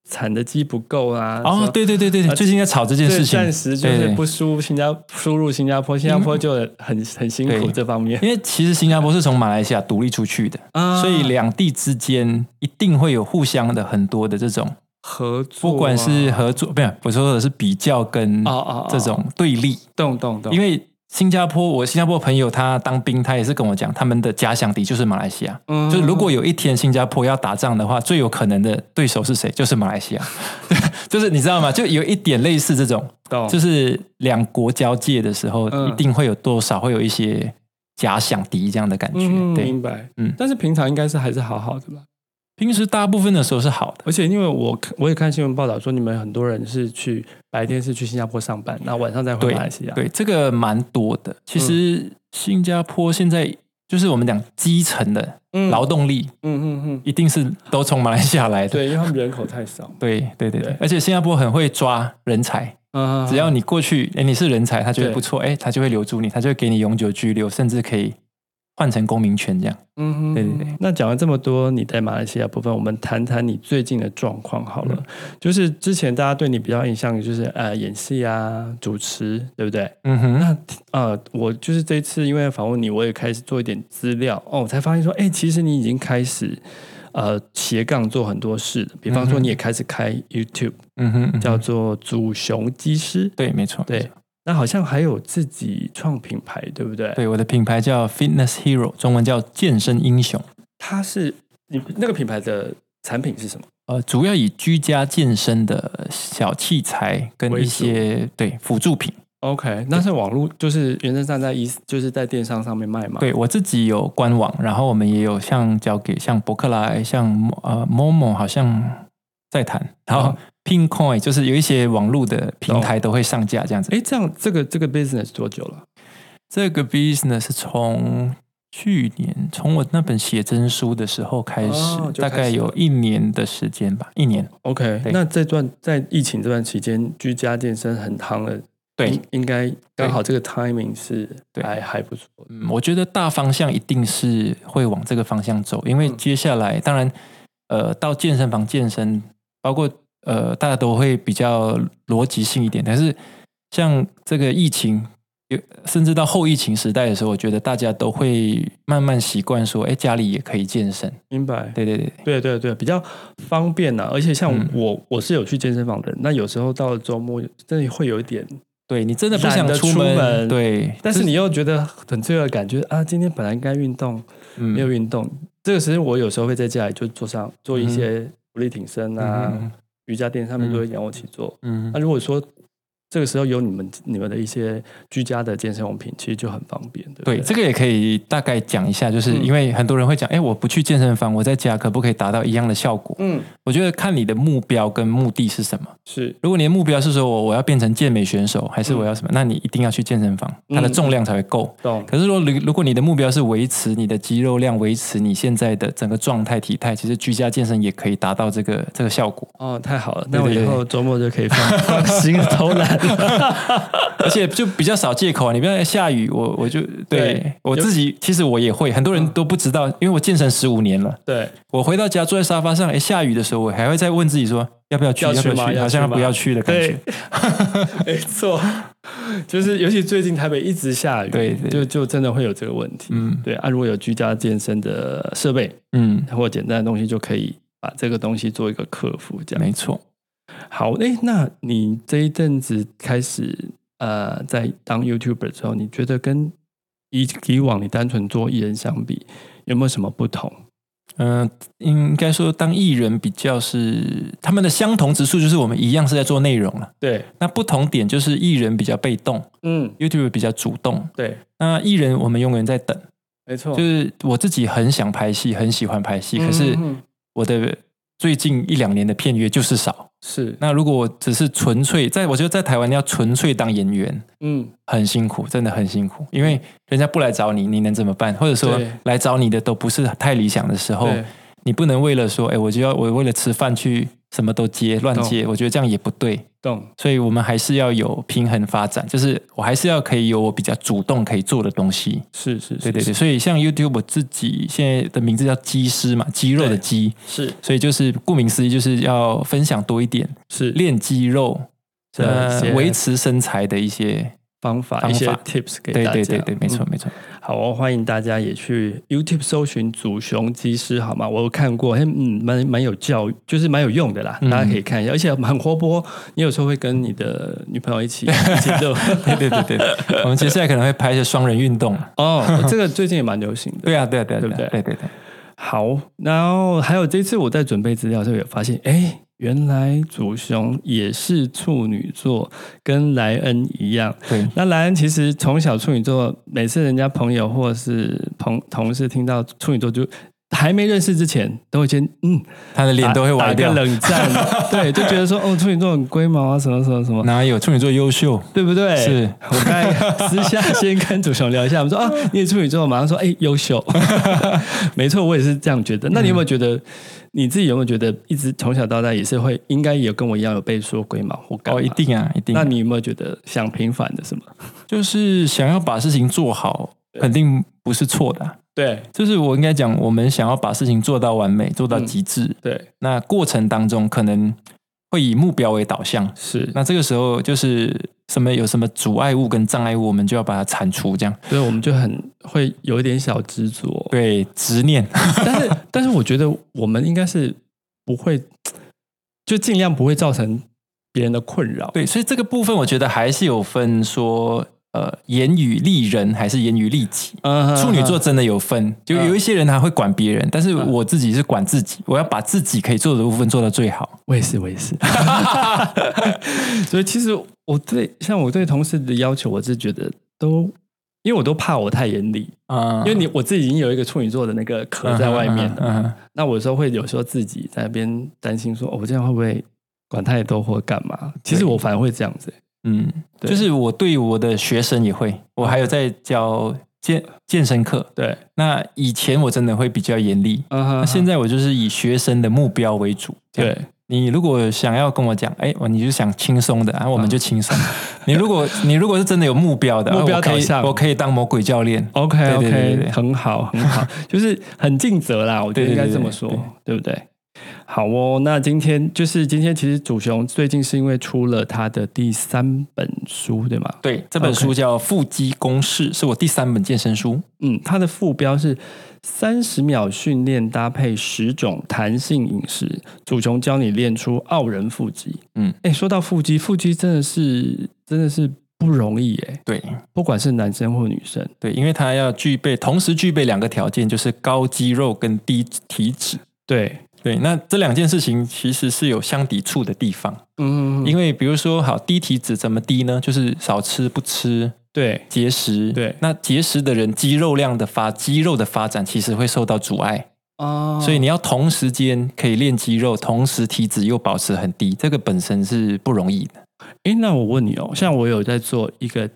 [SPEAKER 2] 产的鸡不够啊，
[SPEAKER 1] 哦，对对对对
[SPEAKER 2] 啊
[SPEAKER 1] 对，最近在吵这件
[SPEAKER 2] 所
[SPEAKER 1] 事
[SPEAKER 2] 以
[SPEAKER 1] 情，
[SPEAKER 2] 暂时就
[SPEAKER 1] 对
[SPEAKER 2] 是
[SPEAKER 1] 对
[SPEAKER 2] 不输入新加输入新加坡，新加坡就很很辛苦
[SPEAKER 1] 对
[SPEAKER 2] 这方面
[SPEAKER 1] 因为其实新加坡是从马来西亚独立出去的，
[SPEAKER 2] 啊
[SPEAKER 1] 所以两地之间一定会有互相的很多的这种，
[SPEAKER 2] 合作啊，
[SPEAKER 1] 不管是合作，没有，我说的是比较跟
[SPEAKER 2] 哦哦哦
[SPEAKER 1] 嗯这种对立。
[SPEAKER 2] 动动动，
[SPEAKER 1] 因
[SPEAKER 2] 为
[SPEAKER 1] 为新加坡，我新加坡朋友他当兵，他也是跟我讲，他们的假想敌就是马来西亚。
[SPEAKER 2] 嗯
[SPEAKER 1] 就是如果有一天新加坡要打仗的话，最有可能的对手是谁？就是马来西亚。 就是你知道吗？就有一点类似这种，
[SPEAKER 2] 懂
[SPEAKER 1] 就是两国交界的时候，
[SPEAKER 2] 嗯
[SPEAKER 1] 一定会有多少会有一些假想敌这样的感觉。
[SPEAKER 2] 嗯，
[SPEAKER 1] 对，
[SPEAKER 2] 明白。嗯
[SPEAKER 1] 嗯，
[SPEAKER 2] 但是平常应该是还是好好的吧。
[SPEAKER 1] 平时大部分的时候是好的，
[SPEAKER 2] 而且因为我看我也看新闻报道说，你们很多人是去白天是去新加坡上班，那晚上再回
[SPEAKER 1] 对
[SPEAKER 2] 马来西亚。，
[SPEAKER 1] 对，这个蛮多的。其实新加坡现在就是我们讲基层的
[SPEAKER 2] 嗯
[SPEAKER 1] 劳动力，
[SPEAKER 2] 嗯嗯嗯，
[SPEAKER 1] 一定是都从马来西亚来的。
[SPEAKER 2] 对，因为他们人口太少。
[SPEAKER 1] 对对对对
[SPEAKER 2] 对，
[SPEAKER 1] 而且新加坡很会抓人才，
[SPEAKER 2] 嗯，
[SPEAKER 1] 只要你过去，哎，你是人才，他觉得
[SPEAKER 2] 对
[SPEAKER 1] 不错，哎，他就会留住你，他就会给你永久居留，甚至可以换成公民权这样。
[SPEAKER 2] 嗯，
[SPEAKER 1] 对对对。
[SPEAKER 2] 那讲了这么多你在马来西亚部分，我们谈谈你最近的状况好了。就是之前大家对你比较印象就是呃演戏啊、主持，对不对？
[SPEAKER 1] 嗯哼，
[SPEAKER 2] 呃，我就是这次因为访问你，我也开始做一点资料哦，我才发现说，哎、其实你已经开始呃斜杠做很多事了，比方
[SPEAKER 1] 嗯
[SPEAKER 2] 说
[SPEAKER 1] 哼
[SPEAKER 2] 你也开始开 YouTube，、
[SPEAKER 1] 嗯哼，嗯哼
[SPEAKER 2] 叫做祖雄技师，
[SPEAKER 1] 对，没错，
[SPEAKER 2] 对。那好像还有自己创品牌，对不对？，
[SPEAKER 1] 对，我的品牌叫 Fitness Hero，中文叫健身英雄。
[SPEAKER 2] 它是你那个品牌的产品是什么？
[SPEAKER 1] 呃，主要以居家健身的小器材跟
[SPEAKER 2] 为
[SPEAKER 1] 一
[SPEAKER 2] 主
[SPEAKER 1] 些对辅助品。
[SPEAKER 2] OK，那是网络，就是原则上在一就是在电商上面卖嘛。
[SPEAKER 1] 对我自己有官网，然后我们也有像交给像博客来、像呃 Momo 好像在谈，然后 Pincoin 就是有一些网络的平台都会上架这样子。
[SPEAKER 2] 哎，这样这个这个 business 多久了？
[SPEAKER 1] 这个 business 是从去年从我那本写真书的时候开始，
[SPEAKER 2] 哦就
[SPEAKER 1] 大
[SPEAKER 2] 开
[SPEAKER 1] 概
[SPEAKER 2] 始
[SPEAKER 1] 有
[SPEAKER 2] 了
[SPEAKER 1] 一年的时间吧，一年。
[SPEAKER 2] OK，
[SPEAKER 1] 对
[SPEAKER 2] 那这段在疫情这段期间，居家健身很夯的，
[SPEAKER 1] 对
[SPEAKER 2] 应，应该刚好这个 timing 是
[SPEAKER 1] 对
[SPEAKER 2] 还还不错。
[SPEAKER 1] 嗯，我觉得大方向一定是会往这个方向走，因为
[SPEAKER 2] 嗯
[SPEAKER 1] 接下来当然，呃，到健身房健身，包括呃，大家都会比较逻辑性一点。但是像这个疫情，有甚至到后疫情时代的时候，我觉得大家都会慢慢习惯说，哎，家里也可以健身。
[SPEAKER 2] 明白。
[SPEAKER 1] 对对对，
[SPEAKER 2] 对对对，比较方便呐、而且像
[SPEAKER 1] 嗯
[SPEAKER 2] 我、我是有去健身房的人，那有时候到了周末真的会有一点，
[SPEAKER 1] 对你真的不想
[SPEAKER 2] 懒得
[SPEAKER 1] 出
[SPEAKER 2] 啊出
[SPEAKER 1] 门，
[SPEAKER 2] 门
[SPEAKER 1] 对，
[SPEAKER 2] 但是
[SPEAKER 1] 这
[SPEAKER 2] 你又觉得很罪恶感，觉得啊今天本来应该运动，
[SPEAKER 1] 嗯
[SPEAKER 2] 没有运动。这个时间我有时候会在家里就做上做一些浮力挺身啊、
[SPEAKER 1] 嗯
[SPEAKER 2] 瑜伽垫上面都会仰卧起坐。
[SPEAKER 1] 嗯
[SPEAKER 2] 那、如果说这个时候有你们你们的一些居家的健身用品，其实就很方便，对不对？
[SPEAKER 1] 对，这个也可以大概讲一下，就是
[SPEAKER 2] 嗯
[SPEAKER 1] 因为很多人会讲，哎，我不去健身房，我在家可不可以达到一样的效果？
[SPEAKER 2] 嗯
[SPEAKER 1] 我觉得看你的目标跟目的是什么。
[SPEAKER 2] 是
[SPEAKER 1] 如果你的目标是说我我要变成健美选手，还是
[SPEAKER 2] 嗯
[SPEAKER 1] 我要什么，那你一定要去健身房，它的重量才会够。
[SPEAKER 2] 懂
[SPEAKER 1] 可是说，如如果你的目标是维持你的肌肉量，维持你现在的整个状态体态，其实居家健身也可以达到这个这个效果，
[SPEAKER 2] 哦，太好了，
[SPEAKER 1] 对
[SPEAKER 2] 那我
[SPEAKER 1] 对
[SPEAKER 2] 以
[SPEAKER 1] 对
[SPEAKER 2] 后周末就可以 放放心偷懒了。
[SPEAKER 1] 而且就比较少借口啊。你不要下雨，我我就对
[SPEAKER 2] 对嗯
[SPEAKER 1] 我自己，其实我也会，很多人都不知道，因为我健身十五年了，
[SPEAKER 2] 对，
[SPEAKER 1] 我回到家坐在沙发上，哎，下雨的时候，我还会再问自己说要不要去，
[SPEAKER 2] 要
[SPEAKER 1] 要
[SPEAKER 2] 去
[SPEAKER 1] 不
[SPEAKER 2] 吗
[SPEAKER 1] 要去，
[SPEAKER 2] 要
[SPEAKER 1] 好
[SPEAKER 2] 去
[SPEAKER 1] 像
[SPEAKER 2] 吗
[SPEAKER 1] 不要去的感觉
[SPEAKER 2] 对。 没错，就是尤其最近台北一直下雨，
[SPEAKER 1] 对对
[SPEAKER 2] 就就真的会有这个问题。
[SPEAKER 1] 嗯
[SPEAKER 2] 对啊，如果有居家健身的设备
[SPEAKER 1] 嗯，
[SPEAKER 2] 或简单的东西，就可以把这个东西做一个克服。这样
[SPEAKER 1] 没错。
[SPEAKER 2] 好，哎、那你这一阵子开始呃，在当 YouTuber 之后，你觉得跟以以往你单纯做艺人相比，有没有什么不同？
[SPEAKER 1] 嗯，应该说当艺人比较是他们的相同之处，就是我们一样是在做内容了。
[SPEAKER 2] 对，
[SPEAKER 1] 那不同点就是艺人比较被动
[SPEAKER 2] 嗯，
[SPEAKER 1] ，YouTube 比较主动。
[SPEAKER 2] 对，
[SPEAKER 1] 那艺人我们永远在等，
[SPEAKER 2] 没错，
[SPEAKER 1] 就是我自己很想拍戏，很喜欢拍戏，可是
[SPEAKER 2] 哦嗯嗯嗯
[SPEAKER 1] 我的最近一两年的片约就是少。
[SPEAKER 2] 是，
[SPEAKER 1] 那如果我只是纯粹在，我觉得在台湾要纯粹当演员
[SPEAKER 2] 嗯，
[SPEAKER 1] 很辛苦，真的很辛苦，因为人家不来找你，你能怎么办？或者说
[SPEAKER 2] 对
[SPEAKER 1] 来找你的都不是太理想的时候，
[SPEAKER 2] 对，
[SPEAKER 1] 你不能为了说，哎，我就要我为了吃饭去什么都接乱接，我觉得这样也不对。
[SPEAKER 2] 懂，
[SPEAKER 1] 所以我们还是要有平衡发展，就是我还是要可以有我比较主动可以做的东西。
[SPEAKER 2] 是是，
[SPEAKER 1] 对对对，，所以像 YouTube 我自己现在的名字叫肌师嘛，肌肉的
[SPEAKER 2] 对
[SPEAKER 1] 肌，
[SPEAKER 2] 是
[SPEAKER 1] 所以就是顾名思义就是要分享多一点
[SPEAKER 2] 是
[SPEAKER 1] 练肌肉、呃
[SPEAKER 2] 这些
[SPEAKER 1] 维持身材的一些。
[SPEAKER 2] 方法
[SPEAKER 1] 方
[SPEAKER 2] 一些
[SPEAKER 1] 法
[SPEAKER 2] tips 给
[SPEAKER 1] 对
[SPEAKER 2] 大家。
[SPEAKER 1] 对对对，没错
[SPEAKER 2] 嗯
[SPEAKER 1] 没错。
[SPEAKER 2] 好哦，欢迎大家也去 YouTube 搜寻“祖雄技师”好吗？我有看过，嘿嗯，蛮蛮有教育，就是蛮有用的啦，
[SPEAKER 1] 嗯
[SPEAKER 2] 大家可以看一下，而且蛮活泼。你有时候会跟你的女朋友一起 一起做。
[SPEAKER 1] 对对对对，对 我们接下来可能会拍一些双人运动。
[SPEAKER 2] 哦，这个最近也蛮流行的。
[SPEAKER 1] 对啊对啊对啊
[SPEAKER 2] 对不
[SPEAKER 1] 对啊
[SPEAKER 2] 对
[SPEAKER 1] 对对对。
[SPEAKER 2] 好，然后还有这次我在准备资料的时候也发现，哎，原来祖雄也是处女座，跟莱恩一样。
[SPEAKER 1] 对，
[SPEAKER 2] 那莱恩其实从小处女座，每次人家朋友或是朋同事听到处女座就。还没认识之前，都会先嗯，
[SPEAKER 1] 他的脸
[SPEAKER 2] 打
[SPEAKER 1] 都会歪掉
[SPEAKER 2] 打个，冷战， 对，就觉得说哦，处女座很龟毛啊，什么什么什么，
[SPEAKER 1] 哪有处女座优秀？
[SPEAKER 2] 对不对？
[SPEAKER 1] 是
[SPEAKER 2] 我刚才私下先跟主雄聊一下，我们 说啊，你也处女座，马上说哎，优秀， 没错，我也是这样觉得。那你有
[SPEAKER 1] 嗯
[SPEAKER 2] 没有觉得你自己有没有觉得，一直从小到大也是会，应该也跟我一样有被说龟毛或干嘛
[SPEAKER 1] 哦，一。定啊，一定啊。
[SPEAKER 2] 那你有没有觉得想平反的什么？
[SPEAKER 1] 就是想要把事情做好，肯定不是错的啊、
[SPEAKER 2] 对
[SPEAKER 1] 就是我应该讲，我们想要把事情做到完美，做到极致。
[SPEAKER 2] 对，
[SPEAKER 1] 那过程当中可能会以目标为导向，
[SPEAKER 2] 是，
[SPEAKER 1] 那这个时候就是什么有什么阻碍物跟障碍物，我们就要把它铲除，这样
[SPEAKER 2] 所以我们就很会有一点小执着。
[SPEAKER 1] 对执念
[SPEAKER 2] 但是，但是我觉得我们应该是不会，就尽量不会造成别人的困扰。
[SPEAKER 1] 对，所以这个部分我觉得还是有分说，呃，言语利人还是言语利己。
[SPEAKER 2] 嗯
[SPEAKER 1] 处女座真的有分，就有一些人他会管别人，但是
[SPEAKER 2] 嗯
[SPEAKER 1] 我自己是管自己，我要把自己可以做的部分做到最好。
[SPEAKER 2] 我也是，我也是。 所以其实我对像我对同事的要求，我是觉得都，因为我都怕我太严厉，
[SPEAKER 1] 嗯，
[SPEAKER 2] 因为你我自己已经有一个处女座的那个壳在外面了。
[SPEAKER 1] 嗯嗯嗯嗯
[SPEAKER 2] 那我有时候会有时候自己在那边担心说，哦，我这样会不会管太多或干嘛？其实我反而会这样子、
[SPEAKER 1] 嗯，
[SPEAKER 2] 对
[SPEAKER 1] 就是我对我的学生也会，我还有在教健健身课。
[SPEAKER 2] 对，
[SPEAKER 1] 那以前我真的会比较严厉，
[SPEAKER 2] 嗯哼
[SPEAKER 1] 那现在我就是以学生的目标为主。这样，
[SPEAKER 2] 对
[SPEAKER 1] 你如果想要跟我讲，哎，我你就想轻松的，
[SPEAKER 2] 嗯
[SPEAKER 1] 啊，我们就轻松。你如果你如果是真的有目标的，啊
[SPEAKER 2] 目标
[SPEAKER 1] 我可
[SPEAKER 2] 导
[SPEAKER 1] 以
[SPEAKER 2] 向
[SPEAKER 1] 我可以当魔鬼教练。
[SPEAKER 2] ，OK
[SPEAKER 1] 对
[SPEAKER 2] OK，
[SPEAKER 1] 对对对对
[SPEAKER 2] 很好很好， 就是很尽责啦，我觉得应该这么说，
[SPEAKER 1] 对
[SPEAKER 2] 对不对？好哦，那今天就是今天，其实祖雄最近是因为出了他的第三本书，对吗？
[SPEAKER 1] 对，这本
[SPEAKER 2] OK
[SPEAKER 1] 书叫《腹肌公式》，是我第三本健身书。
[SPEAKER 2] 嗯，它的副标是三十秒训练搭配十种弹性饮食，祖雄教你练出傲人腹肌。
[SPEAKER 1] 嗯，
[SPEAKER 2] 哎，说到腹肌，腹肌真的是真的是不容易哎，
[SPEAKER 1] 对
[SPEAKER 2] 不管是男生或女生。
[SPEAKER 1] 对，因为它要具备同时具备两个条件，就是高肌肉跟低体脂。
[SPEAKER 2] 对，
[SPEAKER 1] 对，那这两件事情其实是有相抵触的地方，
[SPEAKER 2] 嗯，
[SPEAKER 1] 因为比如说，好低体脂怎么低呢？就是少吃不吃。
[SPEAKER 2] 对
[SPEAKER 1] 节食，
[SPEAKER 2] 对
[SPEAKER 1] 那节食的人肌肉量的发肌肉的发展其实会受到阻碍，
[SPEAKER 2] 哦
[SPEAKER 1] 所以你要同时间可以练肌肉，同时体脂又保持很低，这个本身是不容易的。
[SPEAKER 2] 哎，那我问你哦，像我有在做一个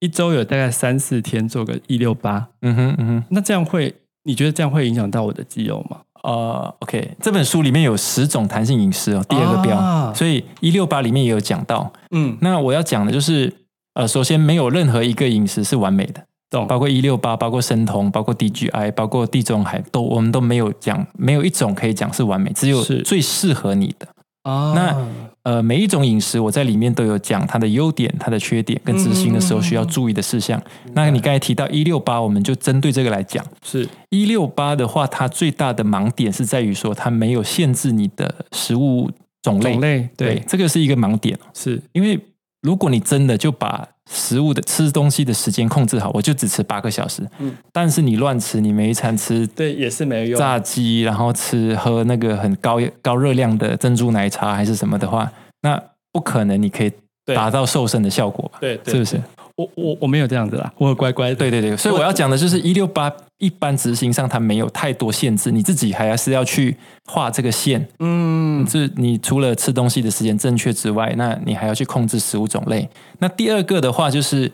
[SPEAKER 2] 一周有大概三四天做个一六八，
[SPEAKER 1] 嗯哼，嗯哼，
[SPEAKER 2] 那这样会你觉得这样会影响到我的肌肉吗？
[SPEAKER 1] 呃，OK，这本书里面有十种弹性饮食哦，第二个标，
[SPEAKER 2] 啊
[SPEAKER 1] 所以一六八里面也有讲到。
[SPEAKER 2] 嗯，
[SPEAKER 1] 那我要讲的就是，呃，首先没有任何一个饮食是完美的。
[SPEAKER 2] 懂
[SPEAKER 1] 包括一六八，包括生酮，包括 DGI，包括地中海，都我们都没有讲，没有一种可以讲是完美，只有
[SPEAKER 2] 是
[SPEAKER 1] 最适合你的。
[SPEAKER 2] 啊
[SPEAKER 1] 那呃，每一种饮食我在里面都有讲它的优点、它的缺点，跟执行的时候
[SPEAKER 2] 嗯
[SPEAKER 1] 需要注意的事项。那你刚才提到一六八，我们就针对这个来讲。
[SPEAKER 2] 是
[SPEAKER 1] 一六八的话，它最大的盲点是在于说它没有限制你的食物种类，
[SPEAKER 2] 种类对
[SPEAKER 1] 这个是一个盲点。哦
[SPEAKER 2] 是
[SPEAKER 1] 因为如果你真的就把食物的吃东西的时间控制好，我就只吃八个小时。
[SPEAKER 2] 嗯
[SPEAKER 1] 但是你乱吃，你每一餐吃
[SPEAKER 2] 对也是没有用
[SPEAKER 1] 炸鸡，然后吃喝那个很高高热量的珍珠奶茶还是什么的话，那不可能你可以
[SPEAKER 2] 对
[SPEAKER 1] 达到瘦身的效果吧？
[SPEAKER 2] 对
[SPEAKER 1] 是
[SPEAKER 2] 对
[SPEAKER 1] 不，是？
[SPEAKER 2] 我我我没有这样子啦，我有乖乖的
[SPEAKER 1] 对对对，所以我要讲的就是一六八一般执行上它没有太多限制，你自己还是要去画这个线。
[SPEAKER 2] 嗯
[SPEAKER 1] 就是你除了吃东西的时间正确之外，那你还要去控制食物种类。那第二个的话，就是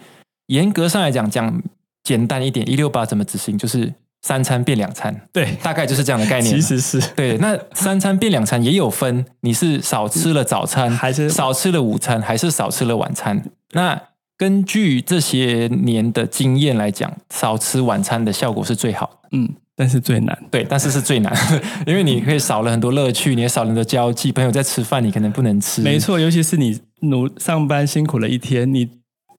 [SPEAKER 1] 严格上来讲，讲简单一点，一六八怎么执行，就是三餐变两餐，
[SPEAKER 2] 对，
[SPEAKER 1] 大概就是这样的概念。
[SPEAKER 2] 其实是
[SPEAKER 1] 对，那三餐变两餐也有分，你是少吃了早餐，
[SPEAKER 2] 还是
[SPEAKER 1] 少吃了午餐，还是少吃了晚餐？那根据这些年的经验来讲，少吃晚餐的效果是最好的。
[SPEAKER 2] 嗯，但是最难
[SPEAKER 1] 对，但是是最难的， 因为你可以少了很多乐趣，你也少了很多交际，朋友在吃饭，你可能不能吃。
[SPEAKER 2] 没，错，尤其是你努上班辛苦了一天，你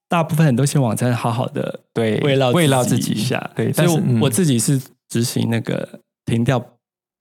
[SPEAKER 2] 大部分人都先往餐好好的
[SPEAKER 1] 对，
[SPEAKER 2] 慰劳
[SPEAKER 1] 慰劳
[SPEAKER 2] 自
[SPEAKER 1] 自
[SPEAKER 2] 己
[SPEAKER 1] 己
[SPEAKER 2] 一下。
[SPEAKER 1] 对，但
[SPEAKER 2] 所以
[SPEAKER 1] 是
[SPEAKER 2] 我,、
[SPEAKER 1] 嗯
[SPEAKER 2] 自己是执行那个停掉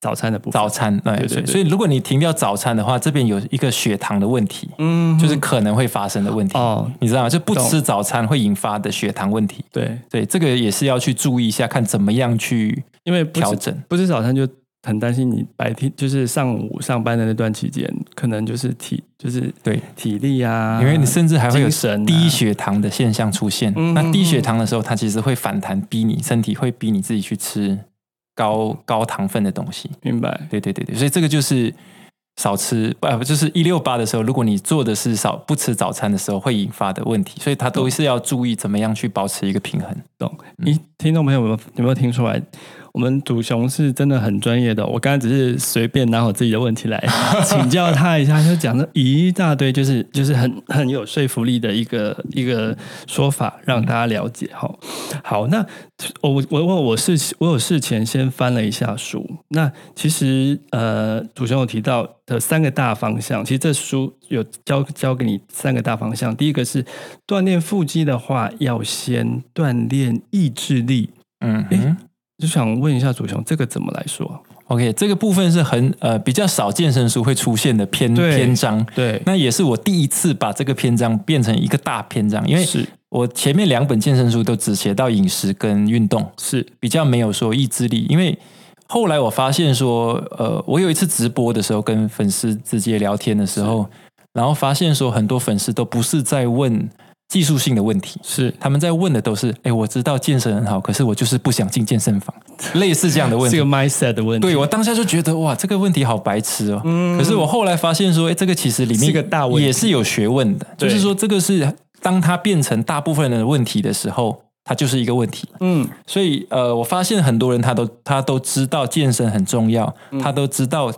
[SPEAKER 2] 早餐的部分。
[SPEAKER 1] 早，餐，哎
[SPEAKER 2] 对
[SPEAKER 1] 对
[SPEAKER 2] 对对
[SPEAKER 1] 所以如果你停掉早餐的话，这边有一个血糖的问题，
[SPEAKER 2] 嗯
[SPEAKER 1] 就是可能会发生的问题。
[SPEAKER 2] 哦，
[SPEAKER 1] 你知道吗？就不吃早餐会引发的血糖问题，
[SPEAKER 2] 对，
[SPEAKER 1] 对，这个也是要去注意一下，看怎么样去
[SPEAKER 2] 因为不
[SPEAKER 1] 调
[SPEAKER 2] 吃
[SPEAKER 1] 整。
[SPEAKER 2] 不吃早餐就很担心你白天就是上午上班的那段期间，可能就是体就是
[SPEAKER 1] 对
[SPEAKER 2] 体力啊，
[SPEAKER 1] 因为你甚至还会有
[SPEAKER 2] 精神啊
[SPEAKER 1] 低血糖的现象出现。
[SPEAKER 2] 嗯
[SPEAKER 1] 那低血糖的时候，它其实会反弹，逼你身体会逼你自己去吃高高糖分的东西。
[SPEAKER 2] 明白
[SPEAKER 1] 对对对对，所以这个就是少吃，呃，不就是一六八的时候，如果你做的是少不吃早餐的时候，会引发的问题。所以它
[SPEAKER 2] 嗯
[SPEAKER 1] 都是要注意怎么样去保持一个平衡。
[SPEAKER 2] 懂？你听众朋友有没有有没有听出来？我们祖雄是真的很专业的，我刚刚只是随便拿我自己的问题来请教他一下，就 讲了一大堆，就是就是很很有说服力的一个一个说法，让大家了解哈。好，那我我我我我事我有事前先翻了一下书，那其实呃，祖雄有提到的三个大方向，其实这书有教教给你三个大方向，第一个是锻炼腹肌的话，要先锻炼意志力。
[SPEAKER 1] 嗯
[SPEAKER 2] 诶
[SPEAKER 1] 哼
[SPEAKER 2] 就想问一下祖雄，这个怎么来说？
[SPEAKER 1] ，OK，这个部分是很呃比较少健身书会出现的篇
[SPEAKER 2] 对
[SPEAKER 1] 篇章。
[SPEAKER 2] 对
[SPEAKER 1] 那也是我第一次把这个篇章变成一个大篇章，因为
[SPEAKER 2] 是
[SPEAKER 1] 我前面两本健身书都只写到饮食跟运动，
[SPEAKER 2] 是
[SPEAKER 1] 比较没有说意志力，因为后来我发现说，呃，我有一次直播的时候跟粉丝直接聊天的时候，然后发现说很多粉丝都不是在问技术性的问题，
[SPEAKER 2] 是
[SPEAKER 1] 他们在问的都是，哎，我知道健身很好，可是我就是不想进健身房，类似这样的问
[SPEAKER 2] 这
[SPEAKER 1] 题
[SPEAKER 2] 个。mindset 的问题，嗯
[SPEAKER 1] 对我当下就觉得哇，这个问题好白痴哦。可是我后来发现说，哎，这个其实里面
[SPEAKER 2] 是个大问题
[SPEAKER 1] 也是有学问的，就
[SPEAKER 2] 对
[SPEAKER 1] 是说这个是当它变成大部分人的问题的时候，它就是一个问题。
[SPEAKER 2] 嗯，
[SPEAKER 1] 所以呃，我发现很多人他都他都知道健身很重要，
[SPEAKER 2] 嗯
[SPEAKER 1] 他都知道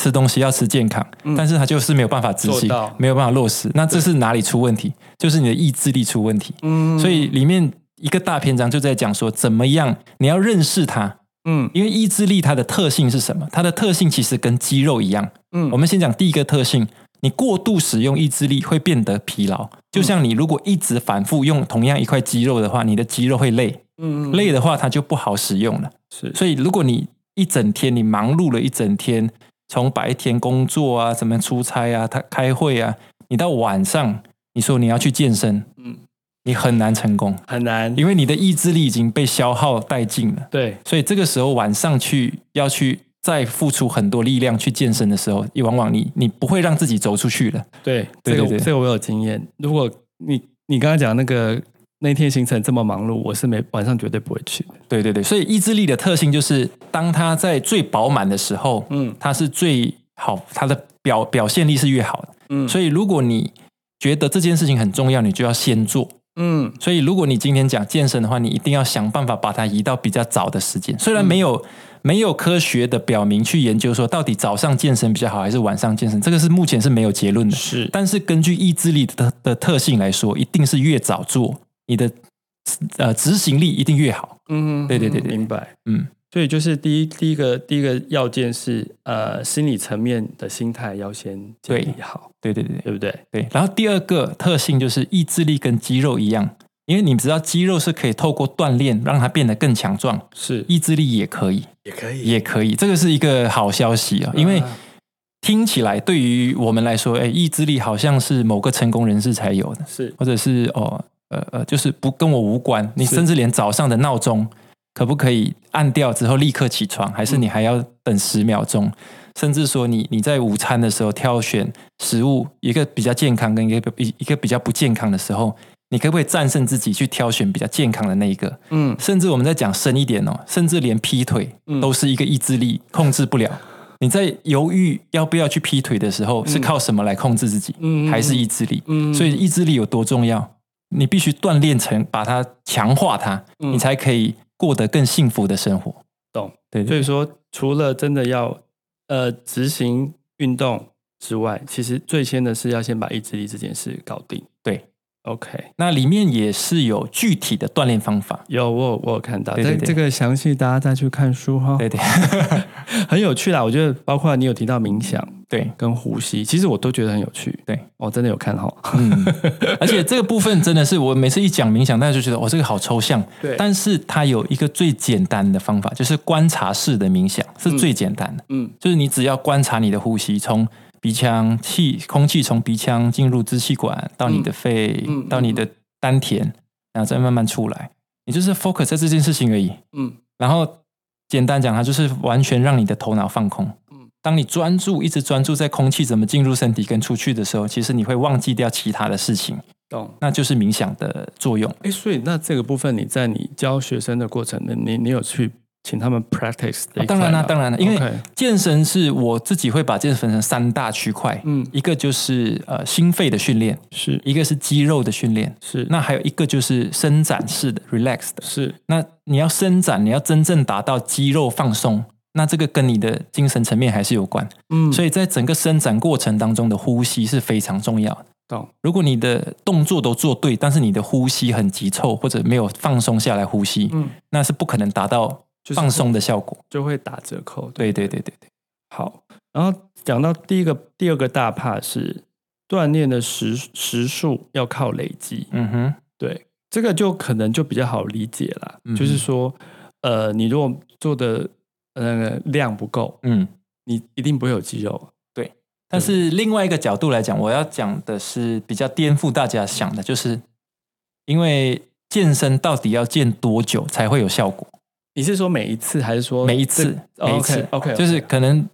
[SPEAKER 1] 吃东西要吃健康，但是他就是没有办法执
[SPEAKER 2] 做
[SPEAKER 1] 行
[SPEAKER 2] 到，
[SPEAKER 1] 没有办法落实。那这是哪里出问题？就是你的意志力出问题。
[SPEAKER 2] 嗯
[SPEAKER 1] 所以里面一个大篇章就在讲说，怎么样你要认识它。
[SPEAKER 2] 嗯
[SPEAKER 1] 因为意志力它的特性是什么？它的特性其实跟肌肉一样。
[SPEAKER 2] 嗯
[SPEAKER 1] 我们先讲第一个特性，你过度使用意志力会变得疲劳。就像你如果一直反复用同样一块肌肉的话，你的肌肉会累。
[SPEAKER 2] 嗯
[SPEAKER 1] 累的话，它就不好使用了。
[SPEAKER 2] 是
[SPEAKER 1] 所以，如果你一整天你忙碌了一整天，从白天工作啊、什么出差啊、他开会啊，你到晚上，你说你要去健身，
[SPEAKER 2] 嗯
[SPEAKER 1] 你很难成功，
[SPEAKER 2] 很难，
[SPEAKER 1] 因为你的意志力已经被消耗殆尽了。
[SPEAKER 2] 对
[SPEAKER 1] 所以这个时候晚上去要去再付出很多力量去健身的时候，往往你你不会让自己走出去了。
[SPEAKER 2] 对，
[SPEAKER 1] 对
[SPEAKER 2] 这
[SPEAKER 1] 对
[SPEAKER 2] 个
[SPEAKER 1] 对
[SPEAKER 2] 这个我有经验。如果你你刚刚讲那个那天行程这么忙碌，我是没晚上绝对不会去的。
[SPEAKER 1] 对对对，所以意志力的特性就是，当它在最饱满的时候，
[SPEAKER 2] 嗯
[SPEAKER 1] 嗯，它是最好，它的表表现力是越好的。
[SPEAKER 2] 嗯
[SPEAKER 1] 所以如果你觉得这件事情很重要，你就要先做。
[SPEAKER 2] 嗯
[SPEAKER 1] 所以如果你今天讲健身的话，你一定要想办法把它移到比较早的时间。虽然没有、
[SPEAKER 2] 嗯
[SPEAKER 1] 没有科学的表明去研究说到底早上健身比较好还是晚上健身，这个是目前是没有结论的。
[SPEAKER 2] 是
[SPEAKER 1] 但是根据意志力的的特性来说，一定是越早做，你的呃执行力一定越好。
[SPEAKER 2] 嗯
[SPEAKER 1] 对对对对
[SPEAKER 2] 明白。
[SPEAKER 1] 嗯，
[SPEAKER 2] 所以就是第一第一个第一个要件是呃心理层面的心态要先建立好，
[SPEAKER 1] 对对对
[SPEAKER 2] 对不对？
[SPEAKER 1] 对。然后第二个特性就是意志力跟肌肉一样，因为你知道肌肉是可以透过锻炼让它变得更强壮，
[SPEAKER 2] 是
[SPEAKER 1] 意志力也可以，
[SPEAKER 2] 也可以
[SPEAKER 1] 也可以。这个是一个好消息啊、因为听起来对于我们来说，哎，意志力好像是某个成功人士才有的，
[SPEAKER 2] 是
[SPEAKER 1] 或者是哦呃呃，就是不跟我无关。你
[SPEAKER 2] 是
[SPEAKER 1] 甚至连早上的闹钟可不可以按掉之后立刻起床，还
[SPEAKER 2] 嗯
[SPEAKER 1] 是你还要等十秒钟？甚至说你你在午餐的时候挑选食物，一个比较健康跟一个比一个比较不健康的时候，你可不可以战胜自己去挑选比较健康的那一个？
[SPEAKER 2] 嗯
[SPEAKER 1] 甚至我们再讲深一点哦，甚至连劈腿
[SPEAKER 2] 嗯
[SPEAKER 1] 都是一个意志力控制不了。你在犹豫要不要去劈腿的时候，是靠什么来控制自己？
[SPEAKER 2] 嗯
[SPEAKER 1] 还是意志力？
[SPEAKER 2] 嗯
[SPEAKER 1] 所以意志力有多重要？你必须锻炼成，把它强化它，
[SPEAKER 2] 嗯
[SPEAKER 1] 你才可以过得更幸福的生活。
[SPEAKER 2] 懂。
[SPEAKER 1] 对
[SPEAKER 2] 所
[SPEAKER 1] 对
[SPEAKER 2] 以说，除了真的要呃执行运动之外，其实最先的是要先把意志力这件事搞定。
[SPEAKER 1] 对，
[SPEAKER 2] OK，
[SPEAKER 1] 那里面也是有具体的锻炼方法。
[SPEAKER 2] 有我有我有看到，
[SPEAKER 1] 对对
[SPEAKER 2] 这
[SPEAKER 1] 对
[SPEAKER 2] 这个详细大家再去看书哈，
[SPEAKER 1] 对对
[SPEAKER 2] 很有趣啦。我觉得包括你有提到冥想
[SPEAKER 1] 对，
[SPEAKER 2] 跟呼吸，其实我都觉得很有趣。
[SPEAKER 1] 对，
[SPEAKER 2] 我、真的有看哈。
[SPEAKER 1] 嗯，而且这个部分真的是我每次一讲冥想，大家就觉得哦，这个好抽象。
[SPEAKER 2] 对
[SPEAKER 1] 但是它有一个最简单的方法，就是观察式的冥想是最简单的，
[SPEAKER 2] 嗯
[SPEAKER 1] 就是你只要观察你的呼吸，从鼻腔气空气从鼻腔进入支气管，到你的肺，
[SPEAKER 2] 嗯嗯
[SPEAKER 1] 到你的丹田，然后再慢慢出来，你就是 focus 在这件事情而已。
[SPEAKER 2] 嗯
[SPEAKER 1] 然后简单讲，它就是完全让你的头脑放空。
[SPEAKER 2] 嗯
[SPEAKER 1] 当你专注，一直专注在空气怎么进入身体跟出去的时候，其实你会忘记掉其他的事情，
[SPEAKER 2] 懂。
[SPEAKER 1] 那就是冥想的作用。
[SPEAKER 2] 哎，所以那这个部分你在你教学生的过程呢，你你有去请他们 practice 这
[SPEAKER 1] 啊
[SPEAKER 2] 一块吗、
[SPEAKER 1] 当然啦当然啦因为
[SPEAKER 2] OK，
[SPEAKER 1] 健身是我自己会把健身分成三大区块，
[SPEAKER 2] 嗯，
[SPEAKER 1] 一个就是呃心肺的训练，
[SPEAKER 2] 是
[SPEAKER 1] 一个是肌肉的训练，
[SPEAKER 2] 是
[SPEAKER 1] 那还有一个就是伸展式的 relax 的。
[SPEAKER 2] 是
[SPEAKER 1] 那你要伸展，你要真正达到肌肉放松，那这个跟你的精神层面还是有关。
[SPEAKER 2] 嗯，
[SPEAKER 1] 所
[SPEAKER 2] 以
[SPEAKER 1] 以在整个伸展过程当中的呼吸是非常重要的。
[SPEAKER 2] 懂
[SPEAKER 1] 如果你的动作都做对，但是你的呼吸很急促，或者没有放松下来呼吸，
[SPEAKER 2] 嗯
[SPEAKER 1] 那是不可能达到
[SPEAKER 2] 就是
[SPEAKER 1] 放松的效果。
[SPEAKER 2] 就会打折扣。
[SPEAKER 1] 对对对对对，
[SPEAKER 2] 好，然后讲到第一个第二个大怕是锻炼的时时数要靠累积，
[SPEAKER 1] 嗯哼，
[SPEAKER 2] 对，这个就可能就比较好理解啦。
[SPEAKER 1] 嗯哼
[SPEAKER 2] 就是说，呃，你如果做的呃量不够，
[SPEAKER 1] 嗯。
[SPEAKER 2] 你一定不会有肌肉。
[SPEAKER 1] 但是另外一个角度来讲，我要讲的是比较颠覆大家想的，就是因为健身到底要健多久才会有效果？
[SPEAKER 2] 你是说每一次还是说
[SPEAKER 1] 每一次，
[SPEAKER 2] 这哦
[SPEAKER 1] 每一次
[SPEAKER 2] OK，
[SPEAKER 1] 就是可能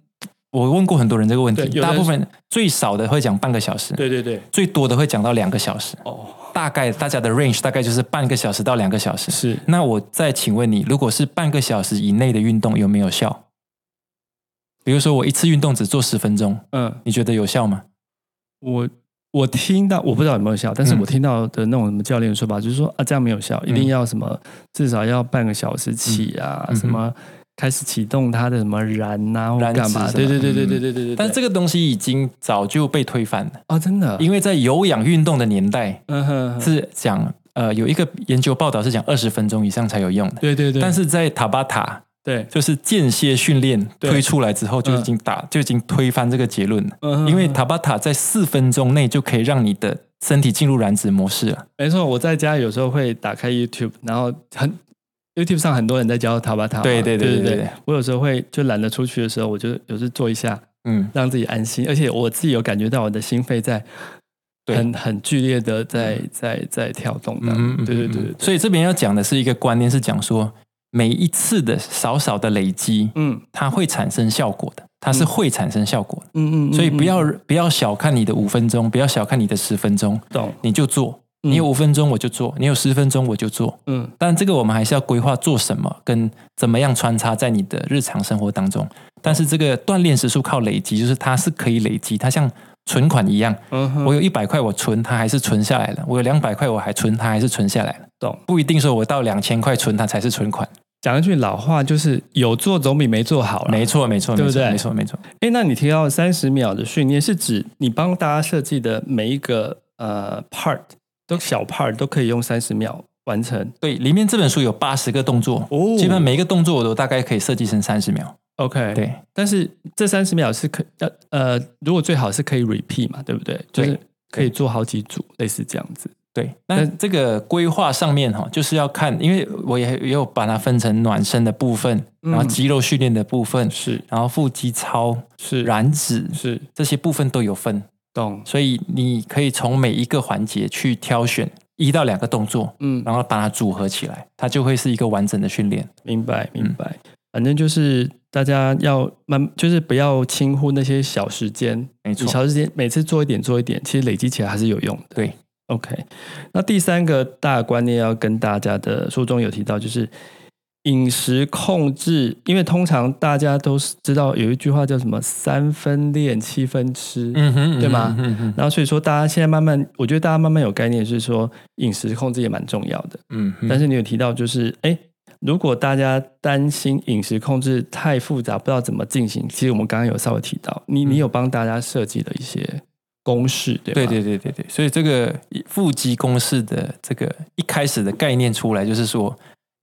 [SPEAKER 1] 我问过很多人这个问题
[SPEAKER 2] 对有，的
[SPEAKER 1] 大
[SPEAKER 2] 人
[SPEAKER 1] 部分最少的会讲半个小时，
[SPEAKER 2] 对对对，
[SPEAKER 1] 最多的会讲到两个小时，
[SPEAKER 2] 哦，
[SPEAKER 1] 大概大家的 range 大概就是半个小时到两个小时。
[SPEAKER 2] 是
[SPEAKER 1] 那我再请问你，如果是半个小时以内的运动有没有效？比如说我一次运动只做十分钟，
[SPEAKER 2] 嗯，
[SPEAKER 1] 你觉得有效吗？
[SPEAKER 2] 我我听到我不知道有没有效，但是
[SPEAKER 1] 嗯
[SPEAKER 2] 我听到的那种什么教练的说法，就是说啊，这样没有效，一定要什么至少要半个小时起啊，
[SPEAKER 1] 嗯嗯哼
[SPEAKER 2] 什么开始启动它的什么燃呐、啊、或
[SPEAKER 1] 燃脂
[SPEAKER 2] 干嘛？
[SPEAKER 1] 什么
[SPEAKER 2] 对对对对
[SPEAKER 1] 嗯
[SPEAKER 2] 对对对对。
[SPEAKER 1] 但这
[SPEAKER 2] 个
[SPEAKER 1] 个东西已经早就被推翻了，
[SPEAKER 2] 啊，真的，
[SPEAKER 1] 因为在有氧运动的年代
[SPEAKER 2] 嗯哼，哼
[SPEAKER 1] 是讲呃有一个研究报道是讲二十分钟以上才有用的，
[SPEAKER 2] 对对对，
[SPEAKER 1] 但是在塔巴塔
[SPEAKER 2] 对，
[SPEAKER 1] 就是间歇训练
[SPEAKER 2] 对嗯
[SPEAKER 1] 推出来之后就已经打、就已经推翻这个结论了，
[SPEAKER 2] 嗯哼
[SPEAKER 1] 因为
[SPEAKER 2] 哼
[SPEAKER 1] 塔巴塔在四分钟内就可以让你的身体进入燃脂模式了。
[SPEAKER 2] 没错，我在家有时候会打开 YouTube，然后很。YouTube 上很多人在教塔巴塔嘛，
[SPEAKER 1] 对对对
[SPEAKER 2] 对
[SPEAKER 1] 对
[SPEAKER 2] 对
[SPEAKER 1] 对。
[SPEAKER 2] 我有时候会就懒得出去的时候，我就有时做一下，
[SPEAKER 1] 嗯，
[SPEAKER 2] 让自己安心，而且我自己有感觉到我的心肺在
[SPEAKER 1] 对
[SPEAKER 2] 很很剧烈的在在在跳动的，
[SPEAKER 1] 嗯，
[SPEAKER 2] 对对对
[SPEAKER 1] 嗯
[SPEAKER 2] 对，
[SPEAKER 1] 所以这边要讲的是一个观念，是讲说每一次的少少的累积，
[SPEAKER 2] 嗯
[SPEAKER 1] 它会产生效果的，它是
[SPEAKER 2] 嗯
[SPEAKER 1] 会产生效果的。
[SPEAKER 2] 嗯嗯，
[SPEAKER 1] 所以不要
[SPEAKER 2] 嗯
[SPEAKER 1] 不要小看你的五分钟，不要小看你的十分钟，
[SPEAKER 2] 懂，
[SPEAKER 1] 你就做。
[SPEAKER 2] 嗯
[SPEAKER 1] 你有五分钟我就做，你有十分钟我就做。
[SPEAKER 2] 嗯
[SPEAKER 1] 但这个我们还是要规划做什么，跟怎么样穿插在你的日常生活当中。但是这个锻炼时数靠累积，就是它是可以累积，它像存款一样，
[SPEAKER 2] 嗯哼，
[SPEAKER 1] 我有一百块我存，它还是存下来了；我有两百块我还存，它还是存下来了。
[SPEAKER 2] 懂。
[SPEAKER 1] 不一定说我到两千块存它才是存款。
[SPEAKER 2] 讲一句老话，就是有做总比没做好啦
[SPEAKER 1] 没错，没错，
[SPEAKER 2] 对
[SPEAKER 1] 没
[SPEAKER 2] 不对
[SPEAKER 1] 错，没错，没错。
[SPEAKER 2] 哎，那你提到三十秒的训练，是指你帮大家设计的每一个呃 part 都小 part 都可以用三十秒完成
[SPEAKER 1] 对，里面这本书有八十个动作，
[SPEAKER 2] 哦
[SPEAKER 1] 基本每一个动作我都大概可以设计成三十秒。
[SPEAKER 2] OK，
[SPEAKER 1] 对，
[SPEAKER 2] 但是这三十秒是可呃呃，如果最好是可以 repeat 嘛，对不对？就是
[SPEAKER 1] 对
[SPEAKER 2] 可以做好几组，类似这样子。
[SPEAKER 1] 对，那
[SPEAKER 2] 但
[SPEAKER 1] 这个规划上面哈，就是要看，因为我也也有把它分成暖身的部分，
[SPEAKER 2] 嗯
[SPEAKER 1] 然后肌肉训练的部分，
[SPEAKER 2] 是
[SPEAKER 1] 然后腹肌操、
[SPEAKER 2] 是
[SPEAKER 1] 燃脂
[SPEAKER 2] 是
[SPEAKER 1] 这些部分都有分，
[SPEAKER 2] 懂，
[SPEAKER 1] 所以你可以从每一个环节去挑选一到两个动作，
[SPEAKER 2] 嗯，
[SPEAKER 1] 然后把它组合起来，它就会是一个完整的训练。
[SPEAKER 2] 明白明白。反正就是大家要慢，就是不要轻忽那些小时间，
[SPEAKER 1] 没
[SPEAKER 2] 你
[SPEAKER 1] 错，
[SPEAKER 2] 小时间每次做一点做一点，其实累积起来还是有用的。
[SPEAKER 1] 对，
[SPEAKER 2] OK，那第三个大观念要跟大家的书中有提到，就是饮食控制，因为通常大家都是知道有一句话叫什么“三分练，七分吃”，
[SPEAKER 1] 嗯哼，
[SPEAKER 2] 对吗
[SPEAKER 1] 嗯哼，
[SPEAKER 2] 然后所以说大家现在慢慢，我觉得大家慢慢有概念，是说饮食控制也蛮重要的。
[SPEAKER 1] 嗯哼，
[SPEAKER 2] 但是你有提到，就是哎，如果大家担心饮食控制太复杂，不知道怎么进行，其实我们刚刚有稍微提到，你你有帮大家设计了一些公式，对吧？
[SPEAKER 1] 嗯对对对对对，所以这个腹肌公式的这个一开始的概念出来，就是说，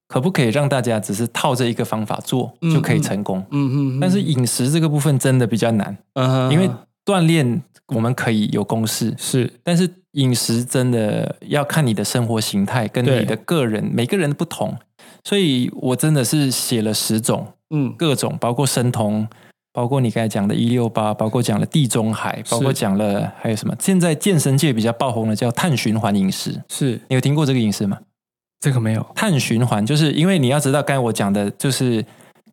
[SPEAKER 1] 可不可以让大家只是套这一个方法做
[SPEAKER 2] 嗯
[SPEAKER 1] 就可以成功？
[SPEAKER 2] 嗯嗯嗯。
[SPEAKER 1] 但是饮食这个部分真的比较难，
[SPEAKER 2] 嗯，
[SPEAKER 1] 因为锻炼我们可以有公式，
[SPEAKER 2] 是
[SPEAKER 1] 但是饮食真的要看你的生活形态跟
[SPEAKER 2] 对
[SPEAKER 1] 你的个人，每个人不同，所以我真的是写了十种，
[SPEAKER 2] 嗯
[SPEAKER 1] 各种，包括生酮，包括你刚才讲的“一六八”，包括讲了地中海，
[SPEAKER 2] 是
[SPEAKER 1] 包括讲了还有什么？现在健身界比较爆红的叫碳循环饮食，
[SPEAKER 2] 是
[SPEAKER 1] 你有听过这个饮食吗？
[SPEAKER 2] 这个没有
[SPEAKER 1] 碳循环就是因为你要知道，刚才我讲的就是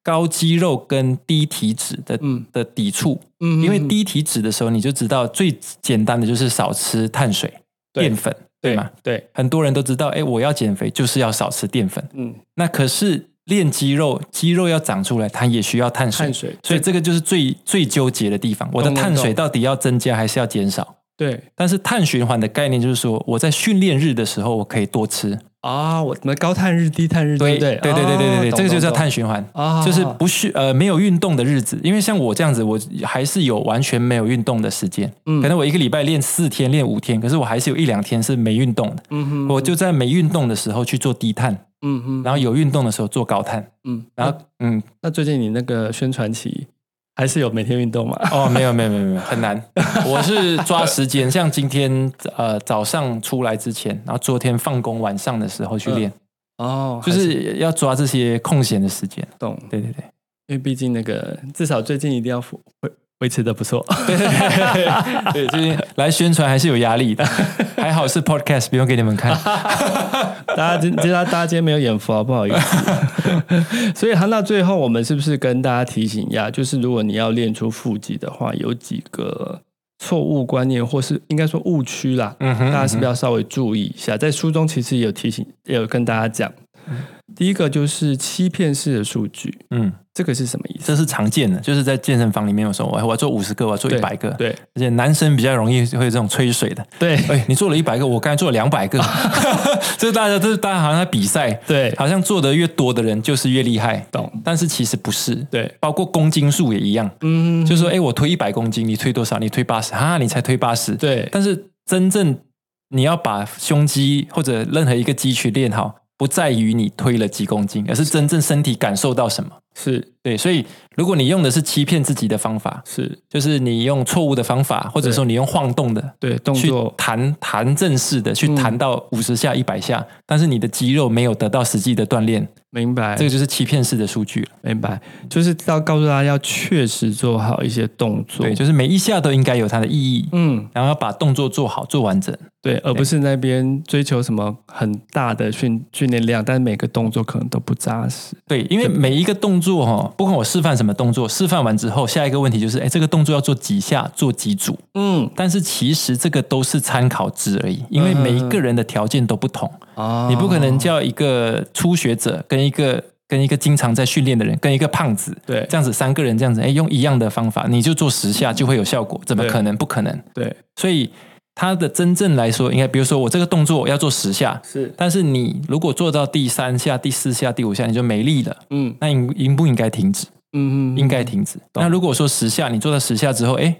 [SPEAKER 1] 高肌肉跟低体脂的
[SPEAKER 2] 嗯
[SPEAKER 1] 的抵触，
[SPEAKER 2] 嗯
[SPEAKER 1] 因为低体脂的时候，你就知道最简单的就是少吃碳水、
[SPEAKER 2] 对
[SPEAKER 1] 淀粉，对吗？
[SPEAKER 2] 对，
[SPEAKER 1] 很多人都知道，哎，我要减肥就是要少吃淀粉。
[SPEAKER 2] 嗯，
[SPEAKER 1] 那可是练肌肉，肌肉要长出来，它也需要碳水，
[SPEAKER 2] 碳水，
[SPEAKER 1] 所以这个就是最最纠结的地方。我的
[SPEAKER 2] 懂懂
[SPEAKER 1] 碳水
[SPEAKER 2] 懂
[SPEAKER 1] 到底要增加还是要减少？
[SPEAKER 2] 对
[SPEAKER 1] 但是碳循环的概念就是说，我在训练日的时候，我可以多吃。
[SPEAKER 2] 啊，我们高碳日、低碳日，对不
[SPEAKER 1] 对
[SPEAKER 2] 对哦
[SPEAKER 1] 对对对对对，这个就叫碳
[SPEAKER 2] 水
[SPEAKER 1] 循环。
[SPEAKER 2] 啊，
[SPEAKER 1] 就是不是呃没有运动的日子，因为像我这样子，我还是有完全没有运动的时间。
[SPEAKER 2] 嗯
[SPEAKER 1] 可能我一个礼拜练四天、练五天，可是我还是有一两天是没运动的。
[SPEAKER 2] 嗯哼，
[SPEAKER 1] 我就在没运动的时候去做低碳，
[SPEAKER 2] 嗯哼，
[SPEAKER 1] 然后有运动的时候做高碳。
[SPEAKER 2] 嗯，
[SPEAKER 1] 然后嗯，
[SPEAKER 2] 那最近你那个宣传期还是有每天运动吗？
[SPEAKER 1] 哦，没有没有没有没有，很难。我是抓时间，像今天呃早上出来之前，然后昨天放工晚上的时候去练，
[SPEAKER 2] 哦，
[SPEAKER 1] 就
[SPEAKER 2] 还
[SPEAKER 1] 是要抓这些空闲的时间。
[SPEAKER 2] 懂，
[SPEAKER 1] 对对对。
[SPEAKER 2] 因为毕竟那个至少最近一定要维维持的不错。
[SPEAKER 1] 对对对，对，最近来宣传还是有压力的，还好是 podcast，不用给你们看。
[SPEAKER 2] 大家今今天大家今天没有眼福啊，不好意思。 所以谈到最后，我们是不是跟大家提醒一下，就是如果你要练出腹肌的话，有几个错误观念，或是应该说误区啦，
[SPEAKER 1] 嗯哼，
[SPEAKER 2] 大家是不是要稍微注意一下？在书中其实也有提醒，也有跟大家讲。第一个就是欺骗式的数据，
[SPEAKER 1] 嗯，
[SPEAKER 2] 这个是什么意思？
[SPEAKER 1] 这是常见的，就是在健身房里面，有时候我我要做五十个，我要做一百个，，
[SPEAKER 2] 对
[SPEAKER 1] 而且男生比较容易会有这种吹水的。
[SPEAKER 2] 对
[SPEAKER 1] 哎，你做了一百个，我刚才做了两百个，这是大家，这是大家好像在比赛，
[SPEAKER 2] 对，
[SPEAKER 1] 好像做的越多的人就是越厉害，
[SPEAKER 2] 懂
[SPEAKER 1] 但是其实不是，
[SPEAKER 2] 对，
[SPEAKER 1] 包括公斤数也一样，
[SPEAKER 2] 嗯，
[SPEAKER 1] 就是说，哎，我推一百公斤，你推多少？你推八十，哈，你才推八十，
[SPEAKER 2] 对
[SPEAKER 1] 但是真正你要把胸肌或者任何一个肌群练好，不在于你推了几公斤，而是真正身体感受到什么。
[SPEAKER 2] 是
[SPEAKER 1] 对，所以如果你用的是欺骗自己的方法，
[SPEAKER 2] 是，
[SPEAKER 1] 就是你用错误的方法，或者说你用晃动的
[SPEAKER 2] 对动
[SPEAKER 1] 去
[SPEAKER 2] 作嗯
[SPEAKER 1] 弹弹正式的去弹到五十下、一百下，但是你的肌肉没有得到实际的锻炼，
[SPEAKER 2] 明白
[SPEAKER 1] 这个就是欺骗式的数据了。
[SPEAKER 2] 明白，就是要告诉大家要确实做好一些动作，
[SPEAKER 1] 对，就是每一下都应该有它的意义，
[SPEAKER 2] 嗯，
[SPEAKER 1] 然后要把动作做好、做完整。
[SPEAKER 2] 对，而不是那边追求什么很大的训训练量，但每个动作可能都不扎实。
[SPEAKER 1] 对，因为每一个动作哈、不管我示范什么动作，示范完之后，下一个问题就是，哎，这个动作要做几下，做几组。
[SPEAKER 2] 嗯
[SPEAKER 1] 但是其实这个都是参考值而已，因为每一个人的条件都不同，
[SPEAKER 2] 啊
[SPEAKER 1] 你不可能叫一个初学者跟一个跟一个经常在训练的人，跟一个胖子，
[SPEAKER 2] 对
[SPEAKER 1] 这样子三个人这样子，哎，用一样的方法，你就做十下就会有效果，怎么
[SPEAKER 2] 对
[SPEAKER 1] 可能？不可能。
[SPEAKER 2] 对
[SPEAKER 1] 所以它的真正来说，应该比如说我这个动作要做十下，
[SPEAKER 2] 是
[SPEAKER 1] 但是你如果做到第三下、第四下、第五下，你就没力了。
[SPEAKER 2] 嗯
[SPEAKER 1] 那应应不应该停止？
[SPEAKER 2] 嗯嗯
[SPEAKER 1] 应该停止。那如果说十下，你做到十下之后，哎，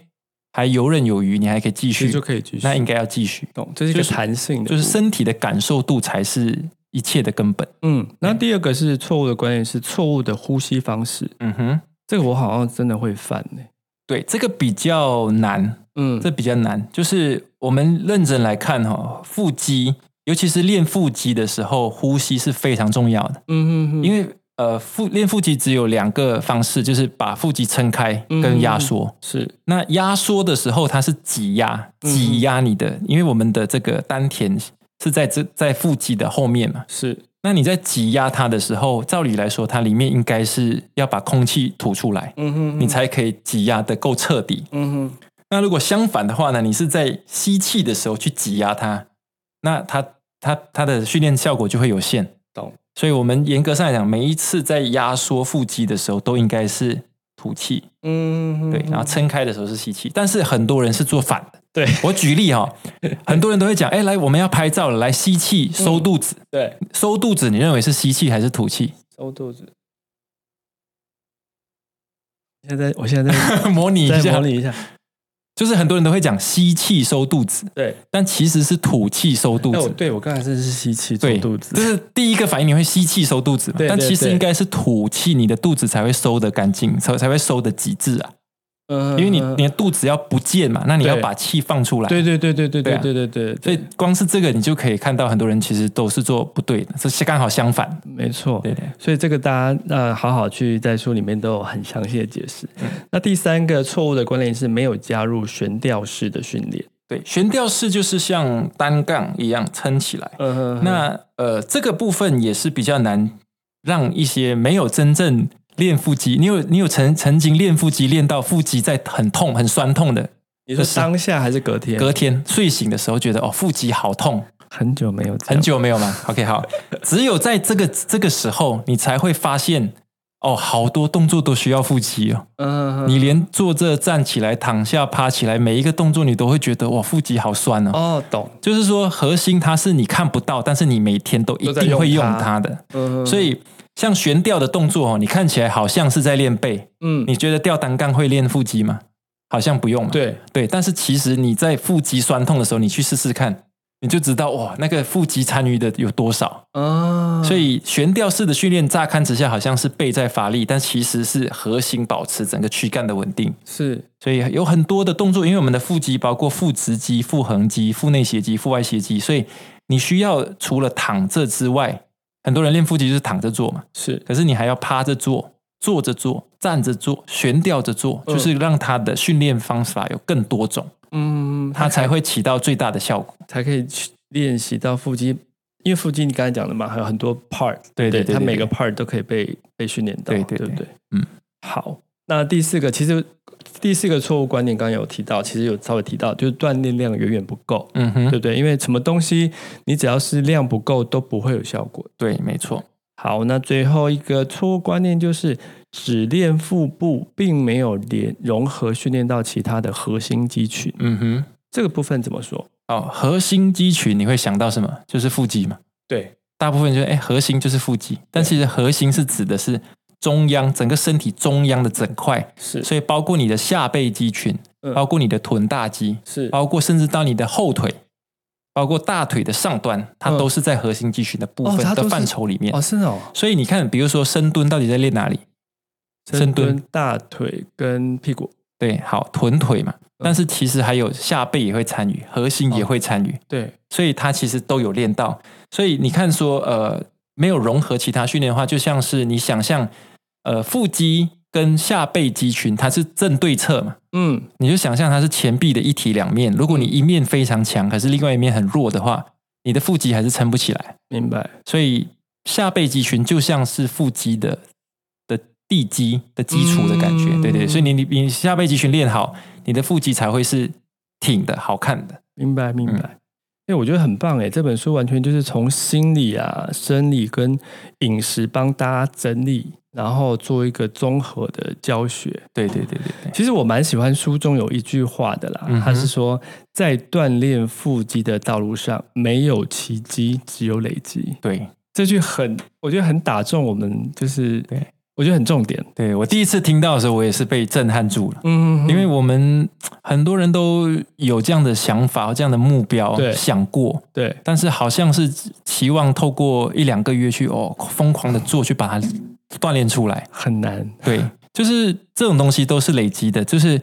[SPEAKER 1] 还游刃有余，你还可以继
[SPEAKER 2] 其实
[SPEAKER 1] 续
[SPEAKER 2] 就，可以继续
[SPEAKER 1] 那应该要继续。
[SPEAKER 2] 懂，这是一个
[SPEAKER 1] 就是
[SPEAKER 2] 弹性的部
[SPEAKER 1] 就
[SPEAKER 2] 分，
[SPEAKER 1] 是身体的感受度才是一切的根本。
[SPEAKER 2] 嗯。那第二个是错误的观念是错误的呼吸方式，
[SPEAKER 1] 嗯哼，
[SPEAKER 2] 这个我好像真的会犯呢、
[SPEAKER 1] 对，这个比较难，
[SPEAKER 2] 嗯，
[SPEAKER 1] 这比较难。就是我们认真来看哈、哦，腹肌，尤其是练腹肌的时候，呼吸是非常重要的，
[SPEAKER 2] 嗯嗯嗯，
[SPEAKER 1] 因
[SPEAKER 2] 为
[SPEAKER 1] 为。呃，腹练腹肌只有两个方式，就是把腹肌撑开跟压缩。
[SPEAKER 2] 嗯是
[SPEAKER 1] 那压缩的时候，它是挤压，
[SPEAKER 2] 嗯
[SPEAKER 1] 挤压你的，因为我们的这个丹田是在这在腹肌的后面嘛。
[SPEAKER 2] 是
[SPEAKER 1] 那你在挤压它的时候，照理来说，它里面应该是要把空气吐出来，
[SPEAKER 2] 嗯哼
[SPEAKER 1] 你才可以挤压的够彻底。
[SPEAKER 2] 嗯哼
[SPEAKER 1] 那如果相反的话呢，你是在吸气的时候去挤压它，那它它它的训练效果就会有限。
[SPEAKER 2] 懂。
[SPEAKER 1] 所以我们严格上来讲，每一次在压缩腹肌的时候，都应该是吐气。
[SPEAKER 2] 嗯哼
[SPEAKER 1] 对，然后撑开的时候是吸气，但是很多人是做反的。
[SPEAKER 2] 对
[SPEAKER 1] 我举例 哈、很多人都会讲，哎，来，我们要拍照了，来吸气收肚子，
[SPEAKER 2] 嗯对
[SPEAKER 1] 收肚子，你认为是吸气还是吐气？
[SPEAKER 2] 收肚子。现在我现 在在
[SPEAKER 1] 模拟一
[SPEAKER 2] 再模
[SPEAKER 1] 下，
[SPEAKER 2] 拟一下，
[SPEAKER 1] 就是很多人都会讲吸气收肚子，
[SPEAKER 2] 对，
[SPEAKER 1] 但其实是吐气收肚
[SPEAKER 2] 那哎我
[SPEAKER 1] 子。
[SPEAKER 2] 对我刚才真的是吸气
[SPEAKER 1] 对，
[SPEAKER 2] 做肚子
[SPEAKER 1] 就，是第一个反应你会吸气收肚子嘛，
[SPEAKER 2] 对对
[SPEAKER 1] 但其实
[SPEAKER 2] 对
[SPEAKER 1] 应该是吐气，你的肚子才会收的干净，才才会收的极致啊。
[SPEAKER 2] 因
[SPEAKER 1] 因为你你的肚子要不见嘛，那你要
[SPEAKER 2] 对
[SPEAKER 1] 把气放出来。
[SPEAKER 2] 嗯呃对对对
[SPEAKER 1] 对
[SPEAKER 2] 对对对
[SPEAKER 1] 啊
[SPEAKER 2] 对对对，
[SPEAKER 1] 所以光是这个，你就可以看到很多人其实都是做不对的，这是刚好相反。
[SPEAKER 2] 没错。
[SPEAKER 1] 对对，
[SPEAKER 2] 所以这个大家呃好好去在书里面都有很详细的解释。那第三个错误的关联是没有加入悬吊式的训练。
[SPEAKER 1] 对，悬吊式就是像单杠一样撑起来。
[SPEAKER 2] 嗯哼哼
[SPEAKER 1] 那呃，这个部分也是比较难让一些没有真正练腹肌，你有你有曾曾经练腹肌练到腹肌在很痛很酸痛的，
[SPEAKER 2] 你
[SPEAKER 1] 就
[SPEAKER 2] 说
[SPEAKER 1] 是
[SPEAKER 2] 当下还是隔天？
[SPEAKER 1] 隔天睡醒的时候觉得哦腹肌好痛，
[SPEAKER 2] 很久没有这样
[SPEAKER 1] 很久没有吗？OK，好，只有在这个这个时候，你才会发现哦，好多动作都需要腹肌哦。
[SPEAKER 2] 嗯，嗯嗯
[SPEAKER 1] 你连坐着、站起来、躺下、趴起来，每一个动作你都会觉得哇，腹肌好酸哦。
[SPEAKER 2] 哦，懂，
[SPEAKER 1] 就是说，核心它是你看不到，但是你每天都一
[SPEAKER 2] 都在
[SPEAKER 1] 定会
[SPEAKER 2] 用
[SPEAKER 1] 用
[SPEAKER 2] 它
[SPEAKER 1] 它的。
[SPEAKER 2] 嗯，
[SPEAKER 1] 所以，像悬吊的动作哦，你看起来好像是在练背，
[SPEAKER 2] 嗯，
[SPEAKER 1] 你觉得吊单杠会练腹肌吗？好像不用嘛。
[SPEAKER 2] 对，
[SPEAKER 1] 对，但是其实你在腹肌酸痛的时候，你去试试看，你就知道哇，那个腹肌参与的有多少。
[SPEAKER 2] 啊，
[SPEAKER 1] 所
[SPEAKER 2] 以
[SPEAKER 1] 以悬吊式的训练，乍看之下好像是背在发力，但其实是核心保持整个躯干的稳定。
[SPEAKER 2] 是
[SPEAKER 1] 所以有很多的动作，因为我们的腹肌包括腹直肌、腹横肌、腹内斜肌、腹外斜肌，所以你需要除了躺着之外，很多人练腹肌就是躺着做嘛，
[SPEAKER 2] 是，
[SPEAKER 1] 可是你还要趴着做、坐着做、站着做、悬吊着做，
[SPEAKER 2] 嗯
[SPEAKER 1] 就是让它的训练方法有更多种，
[SPEAKER 2] 嗯，
[SPEAKER 1] 它才会起到最大的效果。
[SPEAKER 2] 才可以去练习到腹肌，因为腹肌你刚才讲的嘛，还有很多 part，
[SPEAKER 1] 对对对对
[SPEAKER 2] 它
[SPEAKER 1] 对
[SPEAKER 2] 每个 part 都可以被被训练到，
[SPEAKER 1] 对
[SPEAKER 2] 对
[SPEAKER 1] 对对
[SPEAKER 2] 不对？
[SPEAKER 1] 嗯，
[SPEAKER 2] 好，那第四个其实第四个错误观念刚刚有提到，其实有稍微提到，就是锻炼量远远不够。
[SPEAKER 1] 嗯
[SPEAKER 2] 对
[SPEAKER 1] 哼，
[SPEAKER 2] 不对？因为什么东西，你只要是量不够，都不会有效果。
[SPEAKER 1] 对，没错。
[SPEAKER 2] 好，那最后一个错误观念就是只练腹部，并没有连融合训练到其他的核心肌群。
[SPEAKER 1] 嗯哼。
[SPEAKER 2] 这个部分怎么说？
[SPEAKER 1] 哦，核心肌群你会想到什么？就是腹肌嘛。
[SPEAKER 2] 对，
[SPEAKER 1] 大部分就是哎，核心就是腹肌，但其实核心是指的是中央整个身体中央的整块，
[SPEAKER 2] 是
[SPEAKER 1] 所以包括你的下背肌群
[SPEAKER 2] 嗯，
[SPEAKER 1] 包括你的臀大肌，
[SPEAKER 2] 是
[SPEAKER 1] 包括甚至到你的后腿，包括大腿的上端，它
[SPEAKER 2] 嗯
[SPEAKER 1] 都是在核心肌群的部
[SPEAKER 2] 哦它
[SPEAKER 1] 分的
[SPEAKER 2] 都是
[SPEAKER 1] 范畴里面
[SPEAKER 2] 哦，。是哦，
[SPEAKER 1] 所以你看，比如说深蹲到底在练哪里？
[SPEAKER 2] 深
[SPEAKER 1] 深蹲
[SPEAKER 2] 蹲、大腿跟屁股，
[SPEAKER 1] 对，好，臀腿嘛。但是其实还有下背也会参与，核心也会参与。
[SPEAKER 2] 对，
[SPEAKER 1] 所以他其实都有练到。所以你看说，呃，没有融合其他训练的话，就像是你想象，呃，腹肌跟下背肌群它是正对侧嘛，
[SPEAKER 2] 嗯，
[SPEAKER 1] 你就想象它是前臂的一体两面。如果你一面非常强，可是另外一面很弱的话，你的腹肌还是撑不起来。
[SPEAKER 2] 明白，
[SPEAKER 1] 所以下背肌群就像是腹肌的的地基的基础的感觉，
[SPEAKER 2] 嗯
[SPEAKER 1] 对对。所以你你你下背肌群练好，你的腹肌才会是挺的、好看的。
[SPEAKER 2] 明白，明白。哎、我觉得很棒哎，这本书完全就是从心理啊、生理跟饮食帮大家整理，然后做一个综合的教学。
[SPEAKER 1] 对对对对对，
[SPEAKER 2] 其实我蛮喜欢书中有一句话的啦，
[SPEAKER 1] 嗯哼
[SPEAKER 2] 他是说，在锻炼腹肌的道路上，没有奇迹，只有累积。
[SPEAKER 1] 对。
[SPEAKER 2] 这句很，我觉得很打中我们，就是
[SPEAKER 1] 对，
[SPEAKER 2] 我觉得很重点。
[SPEAKER 1] 对我第一次听到的时候，我也是被震撼住了，
[SPEAKER 2] 嗯
[SPEAKER 1] 因为我们很多人都有这样的想法、这样的目标
[SPEAKER 2] 对
[SPEAKER 1] 想过，
[SPEAKER 2] 对
[SPEAKER 1] 但是好像是期望透过一两个月去哦疯狂的做，去把它锻炼出来。
[SPEAKER 2] 很难，
[SPEAKER 1] 对，就是这种东西都是累积的，就是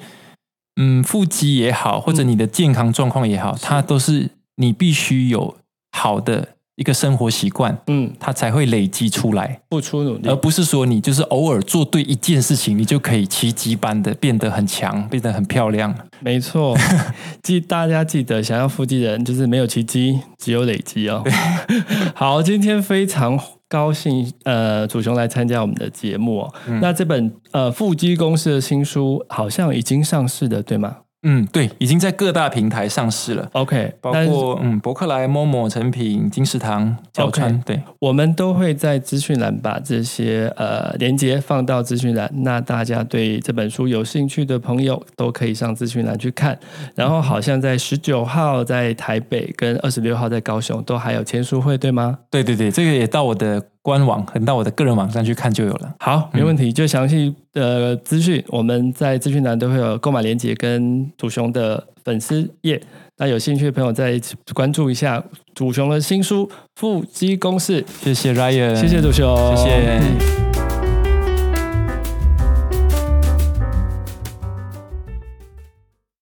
[SPEAKER 1] 嗯，腹肌也好，或者你的健康状况也好，它都嗯是你必须有好的一个生活习惯，
[SPEAKER 2] 嗯，
[SPEAKER 1] 它才会累积出来。
[SPEAKER 2] 付出努力
[SPEAKER 1] 而，不是说你就是偶尔做对一件事情，你就可以奇迹般的变得很强，变得很漂亮。
[SPEAKER 2] 没错。 记大家记得，想要腹肌的人就是没有奇迹，只有累积哦。 好，今天非常高兴，呃，祖雄来参加我们的节目哦。那这本呃腹肌公式的新书好像已经上市了，对吗
[SPEAKER 1] 嗯，对，已经在各大平台上市了，
[SPEAKER 2] ？OK，
[SPEAKER 1] 包
[SPEAKER 2] 但是
[SPEAKER 1] 括嗯博客来、Momo、成品、金石堂、角川。对，
[SPEAKER 2] 我们都会在资讯栏把这些呃连接放到资讯栏，那大家对这本书有兴趣的朋友都可以上资讯栏去看。然后好像在十九号在台北跟二十六号在高雄都还有签书会，对吗？
[SPEAKER 1] 对对对，这个也到我的官网，很到我的个人网站去看就有了。
[SPEAKER 2] 好，没问题，就详细的资讯，我们在资讯栏都会有购买链接跟祖雄的粉丝页，那有兴趣的朋友再关注一下祖雄的新书《腹肌公式》。
[SPEAKER 1] 谢谢 Ryan，
[SPEAKER 2] 谢谢祖雄，
[SPEAKER 1] 谢谢
[SPEAKER 2] 嗯